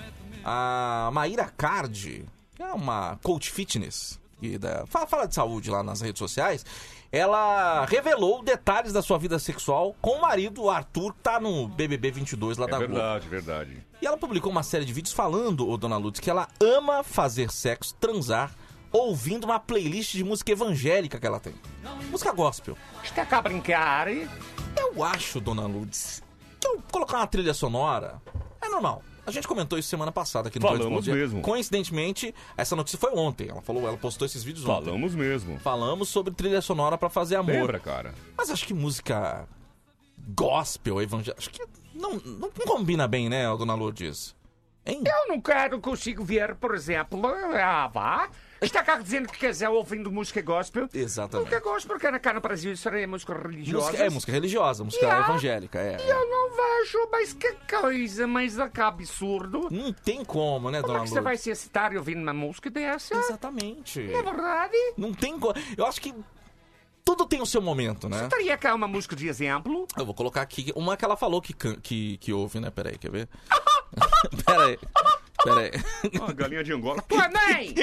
[SPEAKER 3] A Maíra Cardi, que é uma coach fitness, que da- fala, fala de saúde lá nas redes sociais, ela revelou detalhes da sua vida sexual com o marido, o Arthur, que tá no BBB 22 lá
[SPEAKER 7] É
[SPEAKER 3] da Globo.
[SPEAKER 7] verdade, verdade.
[SPEAKER 3] E ela publicou uma série de vídeos falando, ô Dona Lutz, que ela ama fazer sexo, transar, ouvindo uma playlist de música evangélica que ela tem. Música gospel.
[SPEAKER 12] Está cá a brincar.
[SPEAKER 3] Eu acho, dona Lourdes, que eu colocar uma trilha sonora é normal. A gente comentou isso semana passada aqui no
[SPEAKER 7] Falamos
[SPEAKER 3] Dois Bom Dia.
[SPEAKER 7] mesmo.
[SPEAKER 3] Coincidentemente, essa notícia foi ontem. Ela falou, ela postou esses vídeos ontem.
[SPEAKER 7] Falamos mesmo.
[SPEAKER 3] Falamos sobre trilha sonora pra fazer amor.
[SPEAKER 7] Lembra, cara?
[SPEAKER 3] Mas acho que música gospel, evangélica, acho que não, não combina bem, né, dona Lourdes? Hein?
[SPEAKER 12] Eu não quero, consigo ver, por exemplo, ah, vá, Está cá dizendo que quiser ouvindo música gospel.
[SPEAKER 3] Exatamente.
[SPEAKER 12] Música gospel, porque na- cá no Brasil isso é música religiosa.
[SPEAKER 3] Música- é música religiosa, música
[SPEAKER 12] E a-
[SPEAKER 3] evangélica, é.
[SPEAKER 12] E eu não vejo, mas que coisa, mas que absurdo.
[SPEAKER 3] Não tem como, né,
[SPEAKER 12] Como é
[SPEAKER 3] dona
[SPEAKER 12] que você
[SPEAKER 3] Lourdes?
[SPEAKER 12] vai se excitar ouvindo uma música dessa?
[SPEAKER 3] Exatamente.
[SPEAKER 12] É verdade.
[SPEAKER 3] Não tem como. Eu acho que tudo tem o seu momento, né?
[SPEAKER 12] Você tá- teria cá uma música de exemplo?
[SPEAKER 3] Eu vou colocar aqui uma que ela falou que, can- que, que ouve, né? Peraí, quer ver? Peraí. Peraí.
[SPEAKER 7] Uma galinha de Angola.
[SPEAKER 12] Tua mãe!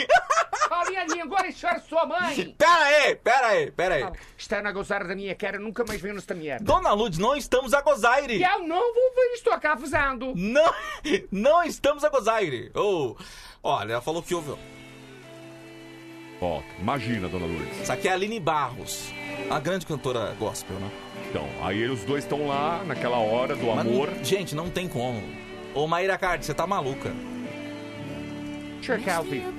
[SPEAKER 12] Olha a língua agora e chora sua mãe!
[SPEAKER 3] Peraí, peraí, peraí.
[SPEAKER 12] Está a gozar da minha cara, nunca mais venho nesta merda.
[SPEAKER 3] Dona Lourdes, não estamos a Gozaire.
[SPEAKER 12] Eu não vou ver, estou cá avisando.
[SPEAKER 3] Não, não estamos a Gozaire. Oh, olha, ela falou que ouve. ó.
[SPEAKER 7] Ó, imagina, dona Lourdes.
[SPEAKER 3] Essa aqui é a Aline Barros, a grande cantora gospel, né?
[SPEAKER 7] Então, aí os dois estão lá naquela hora do
[SPEAKER 3] Mas não-
[SPEAKER 7] amor.
[SPEAKER 3] gente, não tem como. Ô, Maíra Card, você tá maluca.
[SPEAKER 12] Check out.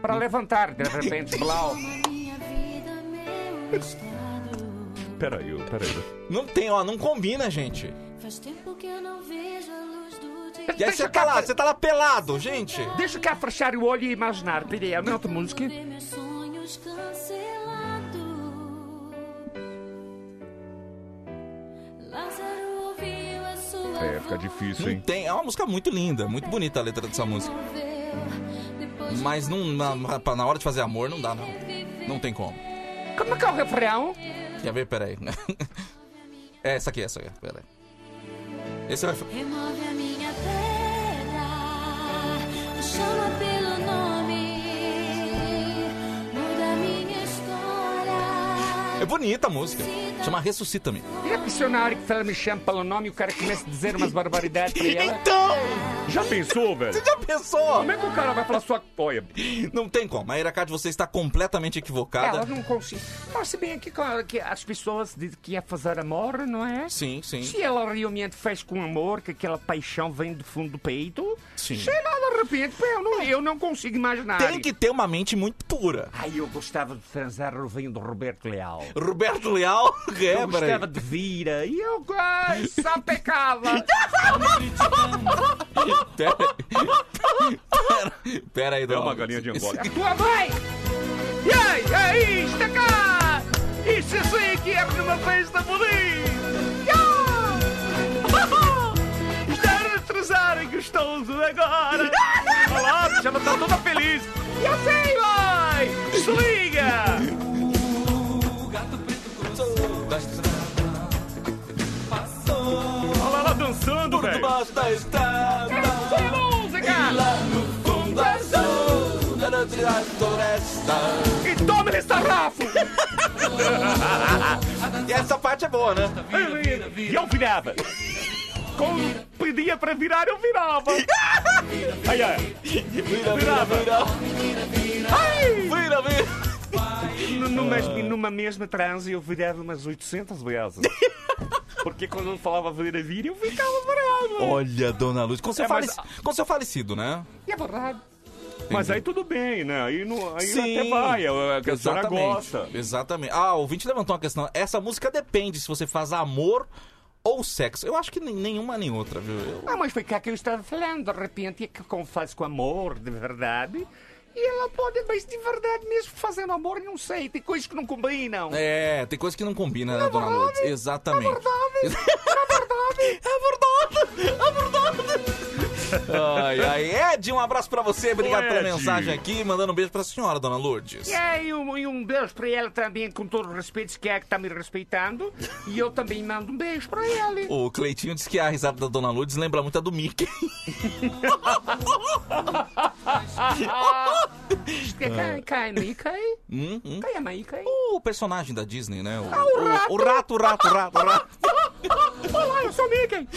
[SPEAKER 12] Para levantar, de repente, Blau.
[SPEAKER 7] Peraí, ô, peraí.
[SPEAKER 3] Não tem, ó, não combina, gente.
[SPEAKER 4] Faz tempo que eu não vejo a luz do dia.
[SPEAKER 3] E aí você tá lá, você tá lá pelado, gente.
[SPEAKER 12] Deixa cá fechar o olho e imaginar. Peraí, é outra música.
[SPEAKER 4] Ver meus sonhos cancelados. Lázaro ouviu a sua
[SPEAKER 3] É,
[SPEAKER 7] fica difícil,
[SPEAKER 3] hein? Tem, é uma música muito linda, muito bonita a letra dessa música. Mas não, na, na- na hora de fazer amor não dá, não. Não tem como.
[SPEAKER 12] Como é que é o refrão?
[SPEAKER 3] Quer ver? Peraí. É essa aqui, essa aqui. Peraí. Esse é o refrão.
[SPEAKER 4] Remove a minha pedra, me chama pelo nome, muda a minha história.
[SPEAKER 3] É bonita a música. Chama Ressuscita-me.
[SPEAKER 12] E a pessoa na hora que ela me chama pelo nome, o cara começa a dizer umas barbaridades pra ela.
[SPEAKER 3] Então!
[SPEAKER 7] Já pensou, velho?
[SPEAKER 3] Você já pensou?
[SPEAKER 12] Como é que o cara vai falar sua poia?
[SPEAKER 3] Não tem como. Maíra Card, você está completamente equivocada.
[SPEAKER 12] Ela não consegue. Mas se bem que, claro, que as pessoas dizem que é fazer amor, não é?
[SPEAKER 3] Sim, sim.
[SPEAKER 12] Se ela realmente fez com amor, que aquela paixão vem do fundo do peito,
[SPEAKER 3] Sim.
[SPEAKER 12] sei lá, de repente, pô, eu não, eu não consigo imaginar.
[SPEAKER 3] Tem que ter uma mente muito pura.
[SPEAKER 12] Ai, eu gostava de transar ouvindo Roberto Leal.
[SPEAKER 3] Roberto Leal, é,
[SPEAKER 12] eu
[SPEAKER 3] peraí.
[SPEAKER 12] gostava de vira e eu ai, só pecava.
[SPEAKER 3] Pera, pera, pera aí, É uma
[SPEAKER 7] galinha de Angola.
[SPEAKER 12] E tua mãe! E aí, e aí, está cá! Isso sim que é uma festa bonita! Estar a transar é gostoso agora! Olha lá, já está toda feliz! E assim, vai! Desliga!
[SPEAKER 7] Olha lá dançando, velho.
[SPEAKER 3] debaixo da estrada.
[SPEAKER 12] música! E toma esse tarrafo!
[SPEAKER 3] E essa parte é boa, né?
[SPEAKER 12] E eu virava. Quando pedia para virar, eu virava. Ai, ai. Virava. Ai!
[SPEAKER 3] Vira, vira.
[SPEAKER 12] N- Numa, numa mesma transe eu virava umas 800 vezes. Porque quando eu falava vira, vira, eu ficava bravo.
[SPEAKER 3] Olha, dona Luz, com seu,
[SPEAKER 12] É, mas-
[SPEAKER 3] faleci- com seu falecido, né?
[SPEAKER 12] E é verdade.
[SPEAKER 7] Mas
[SPEAKER 3] Uhum.
[SPEAKER 7] aí tudo bem, né? Aí, não, aí até vai, é, a, a senhora gosta.
[SPEAKER 3] Exatamente. Ah, o ouvinte levantou uma questão. Essa música depende se você faz amor ou sexo. Eu acho que nem- nenhuma nem outra, viu? Eu-
[SPEAKER 12] Ah, mas foi cá que eu estava falando. De repente, é que como faz com amor, de verdade. E ela pode, mas de verdade mesmo, fazendo amor, não sei. Tem coisas que não combinam.
[SPEAKER 3] É, tem coisa que não combina, né, dona Lourdes? Exatamente. É É Ai, ai. Ed, um abraço pra você. Obrigado
[SPEAKER 12] Ô,
[SPEAKER 3] pela
[SPEAKER 12] Ed.
[SPEAKER 3] mensagem aqui. Mandando um beijo pra senhora, dona Lourdes.
[SPEAKER 12] E aí, um, e um beijo para ela também, com todo o respeito, se é que está me respeitando. E eu também mando um beijo para ela.
[SPEAKER 3] O Cleitinho disse que a risada da dona Lourdes lembra muito a do Mickey. Ah.
[SPEAKER 12] Cai, cai, me cai.
[SPEAKER 3] Hum, hum.
[SPEAKER 12] Cai, mãe, cai.
[SPEAKER 3] O personagem da Disney, né? O,
[SPEAKER 12] Ah, o
[SPEAKER 3] o- o rato, o rato, o rato, o rato.
[SPEAKER 12] oh, Olá, eu sou o Mickey.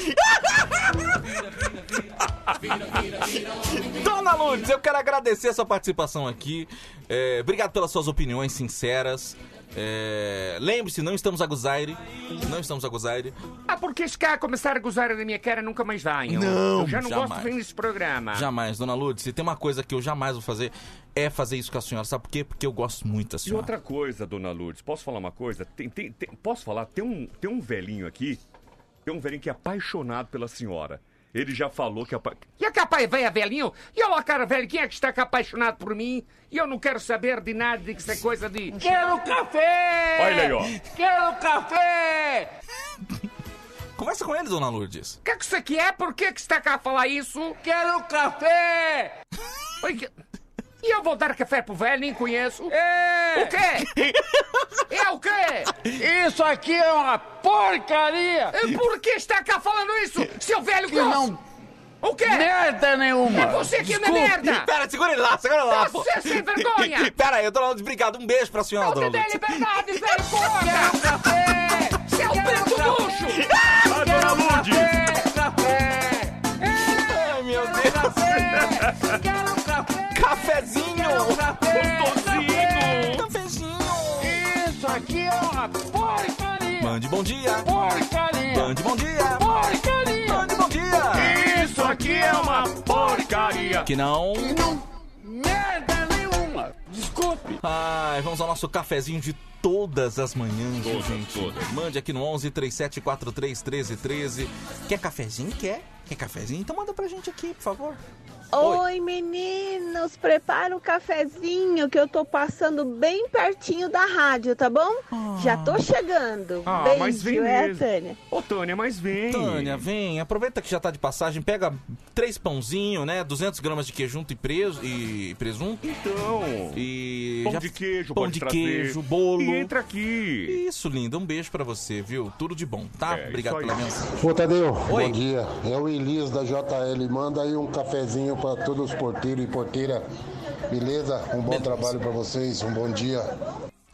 [SPEAKER 3] Dona Lourdes, eu quero agradecer a sua participação aqui. É, obrigado pelas suas opiniões sinceras. É, Lembre-se, não estamos a Guzaire. Não estamos a Guzaire.
[SPEAKER 12] Ah, porque se cá começar a gozar da minha cara, nunca mais venham.
[SPEAKER 3] Não,
[SPEAKER 12] Eu já não gosto
[SPEAKER 3] jamais.
[SPEAKER 12] de vir nesse programa.
[SPEAKER 3] Jamais, dona Lourdes, se tem uma coisa que eu jamais vou fazer, é fazer isso com a senhora. Sabe por quê? Porque eu gosto muito da
[SPEAKER 7] E
[SPEAKER 3] senhora.
[SPEAKER 7] outra coisa, dona Lourdes, posso falar uma coisa? Tem- tem- tem- posso falar? Tem um, tem um velhinho aqui, tem um velhinho que é apaixonado pela senhora.
[SPEAKER 4] Ele já falou que a. pa-
[SPEAKER 12] E a capaz velha velhinho? E olha lá, cara velho, quem é que está apaixonado por mim? E eu não quero saber de nada de que isso é coisa de. Quero café!
[SPEAKER 3] Olha ele aí, ó.
[SPEAKER 7] É,
[SPEAKER 12] Quero café!
[SPEAKER 3] Conversa com ele, dona Lourdes.
[SPEAKER 12] O que, que isso aqui é? Por que, que você está cá a falar isso? Quero café! Oi, que- E eu vou dar café pro velho, nem conheço. O quê? é o quê? Isso aqui é uma porcaria! Por que está cá falando isso, seu velho grosso? O quê?
[SPEAKER 3] Merda nenhuma.
[SPEAKER 12] É você que não é
[SPEAKER 3] Desculpe.
[SPEAKER 12] merda!
[SPEAKER 3] Pera, segura ele lá, segura ele lá, pô.
[SPEAKER 12] Você é sem vergonha!
[SPEAKER 3] Pera aí, dona Lourdes, obrigado. Um beijo pra senhora, dona
[SPEAKER 12] Tem
[SPEAKER 3] Lourdes.
[SPEAKER 12] liberdade, velho,
[SPEAKER 3] um
[SPEAKER 12] porra! Seu preto bucho!
[SPEAKER 3] Dona Lourdes.
[SPEAKER 12] Ai, meu Deus! um Quero um café! Cafezinho!
[SPEAKER 3] Um
[SPEAKER 12] Gostosinho! Cafezinho! Isso aqui é uma porcaria!
[SPEAKER 3] Mande bom dia.
[SPEAKER 12] Porcaria!
[SPEAKER 3] Mande bom dia.
[SPEAKER 12] Porcaria! Mande
[SPEAKER 3] bom dia!
[SPEAKER 12] Isso aqui é uma porcaria!
[SPEAKER 3] Que não.
[SPEAKER 12] Merda nenhuma! Desculpe!
[SPEAKER 3] Ai, vamos ao nosso cafezinho de todas as manhãs, gente. Mande aqui no 11 3743 1313. Quer cafezinho? Quer? Quer cafezinho? Então manda pra gente aqui, por favor.
[SPEAKER 20] Oi, meninos, prepara um cafezinho que eu tô passando bem pertinho da rádio, tá bom? Já tô chegando.
[SPEAKER 21] Ah,
[SPEAKER 20] Beijo,
[SPEAKER 21] mas vem
[SPEAKER 20] é,
[SPEAKER 21] mesmo.
[SPEAKER 20] Tânia.
[SPEAKER 3] Ô, Tânia, mas vem. Tânia, vem. Aproveita que já tá de passagem, pega três pãozinho, né? 200 gramas de queijo e, preso, e presunto. Então. E
[SPEAKER 4] Pão
[SPEAKER 3] já-
[SPEAKER 4] de queijo,
[SPEAKER 3] pão
[SPEAKER 4] pode
[SPEAKER 3] de
[SPEAKER 4] trazer.
[SPEAKER 3] queijo, bolo.
[SPEAKER 4] E entra
[SPEAKER 3] aqui. Isso, linda. Um beijo pra você, viu? Tudo de bom, tá?
[SPEAKER 4] É,
[SPEAKER 3] Obrigado pela mensagem.
[SPEAKER 1] Ô Tadeu,
[SPEAKER 3] Oi.
[SPEAKER 1] bom dia. É o Elias da JL. Manda aí um cafezinho para todos os porteiros e porteira. Beleza? Um bom trabalho para vocês. Um bom dia.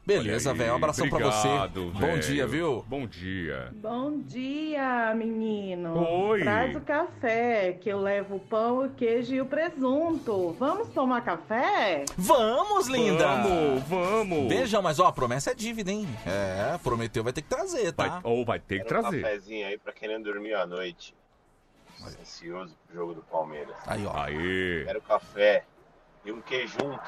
[SPEAKER 3] Beleza,
[SPEAKER 4] Olha aí,
[SPEAKER 3] velho. Um abração pra você.
[SPEAKER 4] obrigado,
[SPEAKER 3] Bom
[SPEAKER 4] velho.
[SPEAKER 3] dia, viu?
[SPEAKER 4] Bom dia.
[SPEAKER 22] Bom dia, menino.
[SPEAKER 4] Oi.
[SPEAKER 22] Traz o café, que eu levo o pão, o queijo e o presunto. Vamos tomar café?
[SPEAKER 3] Vamos, linda!
[SPEAKER 4] Vamos, vamos.
[SPEAKER 3] Beijão, mas ó, a promessa é dívida, hein? É, prometeu, vai ter que trazer, tá?
[SPEAKER 4] ou vai ter
[SPEAKER 7] Quero Um cafezinho aí pra quem não dormiu à noite. Ansioso pro jogo do Palmeiras.
[SPEAKER 3] Aí, ó.
[SPEAKER 7] Quero café e um queijunto.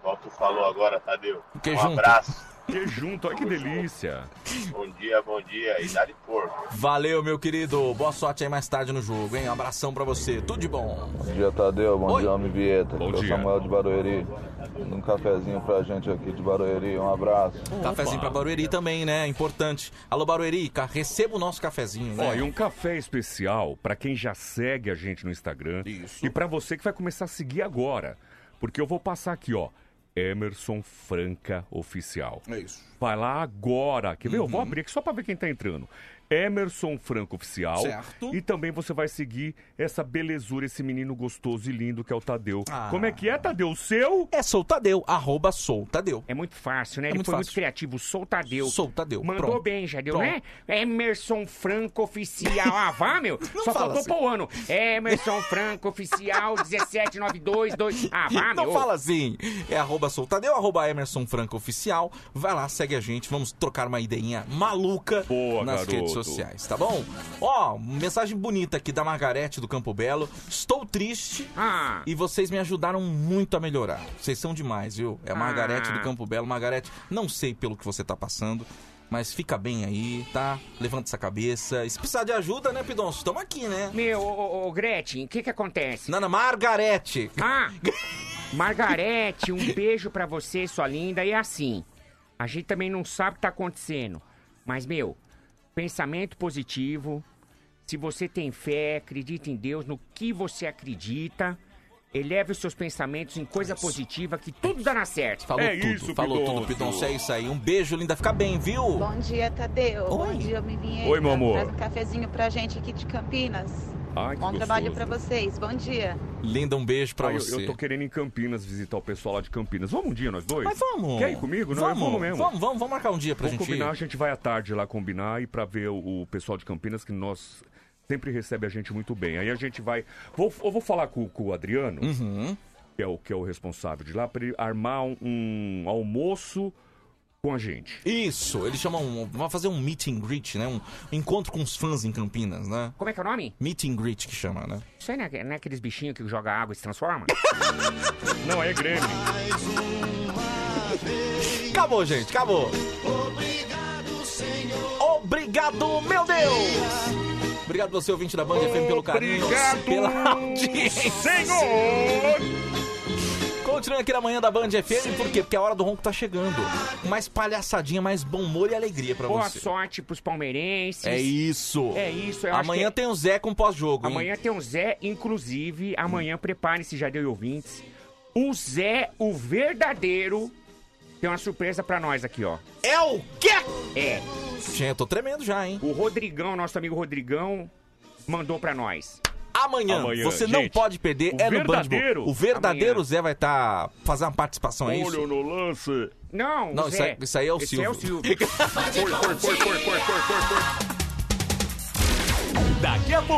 [SPEAKER 7] Igual tu falou agora, Tadeu.
[SPEAKER 4] Queijunto.
[SPEAKER 7] Um abraço.
[SPEAKER 4] Queijunto, olha que delícia.
[SPEAKER 7] Bom dia, bom dia. E dá de porco.
[SPEAKER 3] Valeu, meu querido. Boa sorte aí mais tarde no jogo, hein? Abração pra você. Tudo de bom.
[SPEAKER 23] Bom dia, Tadeu. Bom
[SPEAKER 3] Oi.
[SPEAKER 23] dia, Homem Vieta.
[SPEAKER 3] Bom
[SPEAKER 23] Eu sou
[SPEAKER 3] dia.
[SPEAKER 23] Samuel de Barueri. Um cafezinho pra gente aqui de Barueri. Um abraço.
[SPEAKER 3] Cafezinho pra Barueri também, né? Importante. Alô, Barueri, ca- receba o nosso cafezinho, né?
[SPEAKER 4] Ó, e um café especial pra quem já segue a gente no Instagram. E pra você que vai começar a seguir agora. Porque eu vou passar aqui, ó. Emerson Franca Oficial.
[SPEAKER 3] É isso. Uhum.
[SPEAKER 4] Vai lá agora. Quer ver? Eu vou abrir aqui só pra ver quem tá entrando. Emerson Franco Oficial.
[SPEAKER 3] Certo.
[SPEAKER 4] E também você vai seguir essa belezura, esse menino gostoso e lindo que é o Tadeu.
[SPEAKER 3] Ah.
[SPEAKER 4] Como é que é, Tadeu? O seu?
[SPEAKER 3] É Sou Tadeu, arroba Sou Tadeu.
[SPEAKER 4] É muito fácil, né?
[SPEAKER 3] É
[SPEAKER 4] Ele
[SPEAKER 3] muito
[SPEAKER 4] foi
[SPEAKER 3] fácil.
[SPEAKER 4] muito criativo. Sou Tadeu.
[SPEAKER 3] Sou Tadeu.
[SPEAKER 4] Mandou
[SPEAKER 3] Pronto.
[SPEAKER 4] bem, já deu,
[SPEAKER 3] Pronto.
[SPEAKER 4] né? Emerson Franco Oficial. Ah, vá, meu.
[SPEAKER 3] Não
[SPEAKER 4] Só
[SPEAKER 3] fala
[SPEAKER 4] faltou
[SPEAKER 3] assim.
[SPEAKER 4] pôr o ano. Emerson Franco Oficial 17922. Ah, vá,
[SPEAKER 3] Não
[SPEAKER 4] meu.
[SPEAKER 3] fala assim. É arroba soltadeu, arroba Emerson Franco Oficial. Vai lá, segue a gente. Vamos trocar uma ideinha maluca nas
[SPEAKER 4] garoto.
[SPEAKER 3] redes sociais, tá bom? Ó, mensagem bonita aqui da Margarete do Campo Belo. Estou triste
[SPEAKER 4] Ah,
[SPEAKER 3] e vocês me ajudaram muito a melhorar. Vocês são demais, viu? É a Margarete
[SPEAKER 4] Ah.
[SPEAKER 3] do Campo Belo. Margarete, não sei pelo que você tá passando. Mas fica bem aí, tá? Levanta essa cabeça. E se precisar de ajuda, né, Pidonço? Estamos aqui, né?
[SPEAKER 12] Meu, ô, ô, ô, Gretchen, o que que acontece?
[SPEAKER 3] Nana, Margarete.
[SPEAKER 12] Ah, Margarete, um beijo pra você, sua linda. E assim, a gente também não sabe o que tá acontecendo. Mas, meu, pensamento positivo. Se você tem fé, acredita em Deus, no que você acredita, eleve os seus pensamentos em coisa positiva que tudo dará certo.
[SPEAKER 3] Falou tudo, falou tudo, Pidonço. É isso aí. Um beijo, linda. Fica bem, viu?
[SPEAKER 24] Bom dia, Tadeu. Bom dia, Mivinheiro.
[SPEAKER 3] Oi, meu amor.
[SPEAKER 24] Traz um cafezinho pra gente aqui de Campinas.
[SPEAKER 4] Ai, que
[SPEAKER 24] Bom trabalho
[SPEAKER 4] gostoso.
[SPEAKER 24] pra vocês. Bom dia.
[SPEAKER 3] Linda, um beijo pra
[SPEAKER 4] Ah, eu-
[SPEAKER 3] você.
[SPEAKER 4] Eu, tô querendo ir em Campinas visitar o pessoal lá de Campinas. Vamos um dia nós dois?
[SPEAKER 3] Mas vamos.
[SPEAKER 4] Quer ir comigo? Não,
[SPEAKER 3] vamos,
[SPEAKER 4] eu vou mesmo.
[SPEAKER 3] Vamos, vamos, vamos marcar um dia pra
[SPEAKER 4] Vamos
[SPEAKER 3] gente
[SPEAKER 4] combinar, a
[SPEAKER 3] ir.
[SPEAKER 4] gente vai à tarde lá combinar e pra ver o, o pessoal de Campinas que nós sempre recebe a gente muito bem. Aí a gente vai. Vou, eu vou falar com, com o Adriano, que, é o, que é o responsável de lá, pra ele armar um, um almoço com a gente.
[SPEAKER 3] Isso, eles chamam. um- Vamos fazer um meet and greet, né? Um encontro com os fãs em Campinas, né?
[SPEAKER 12] Como é que é o nome?
[SPEAKER 3] Meet and greet que chama, né?
[SPEAKER 12] Isso aí não é, não é aqueles bichinhos que joga água e se transforma?
[SPEAKER 4] não, é Grêmio.
[SPEAKER 3] Acabou, gente, acabou. Obrigado, meu Deus! Obrigado você, ouvinte da Band FM, pelo carinho, pela audiência. Continuando aqui na manhã da Band FM, por quê? Porque a hora do ronco tá chegando. Mais palhaçadinha, mais bom humor e alegria pra
[SPEAKER 12] Boa
[SPEAKER 3] você.
[SPEAKER 12] sorte pros palmeirenses.
[SPEAKER 3] É isso.
[SPEAKER 12] É isso. Eu acho
[SPEAKER 3] Amanhã
[SPEAKER 12] que-
[SPEAKER 3] tem um o Zé com pós-jogo, hein?
[SPEAKER 12] Amanhã tem o Zé, inclusive, amanhã, preparem-se, já deu ouvintes. O Zé, o verdadeiro, tem uma surpresa pra nós aqui, ó.
[SPEAKER 3] É o quê?
[SPEAKER 12] É.
[SPEAKER 3] Gente, eu tô tremendo já, hein?
[SPEAKER 12] O Rodrigão, nosso amigo Rodrigão, mandou pra nós.
[SPEAKER 3] Amanhã, você não pode perder,
[SPEAKER 12] o
[SPEAKER 3] é no Band
[SPEAKER 12] verdadeiro-
[SPEAKER 3] O verdadeiro
[SPEAKER 12] Amanhã.
[SPEAKER 3] Zé vai estar tá fazendo uma participação, é isso?
[SPEAKER 12] Olho
[SPEAKER 7] no lance.
[SPEAKER 12] Não,
[SPEAKER 3] Não, isso
[SPEAKER 12] Zé.
[SPEAKER 3] aí, isso aí é o
[SPEAKER 12] Esse
[SPEAKER 3] Silvio.
[SPEAKER 12] Silvio.
[SPEAKER 25] Foi, foi, foi, foi, foi, foi, foi, foi.
[SPEAKER 3] Daqui a pouco.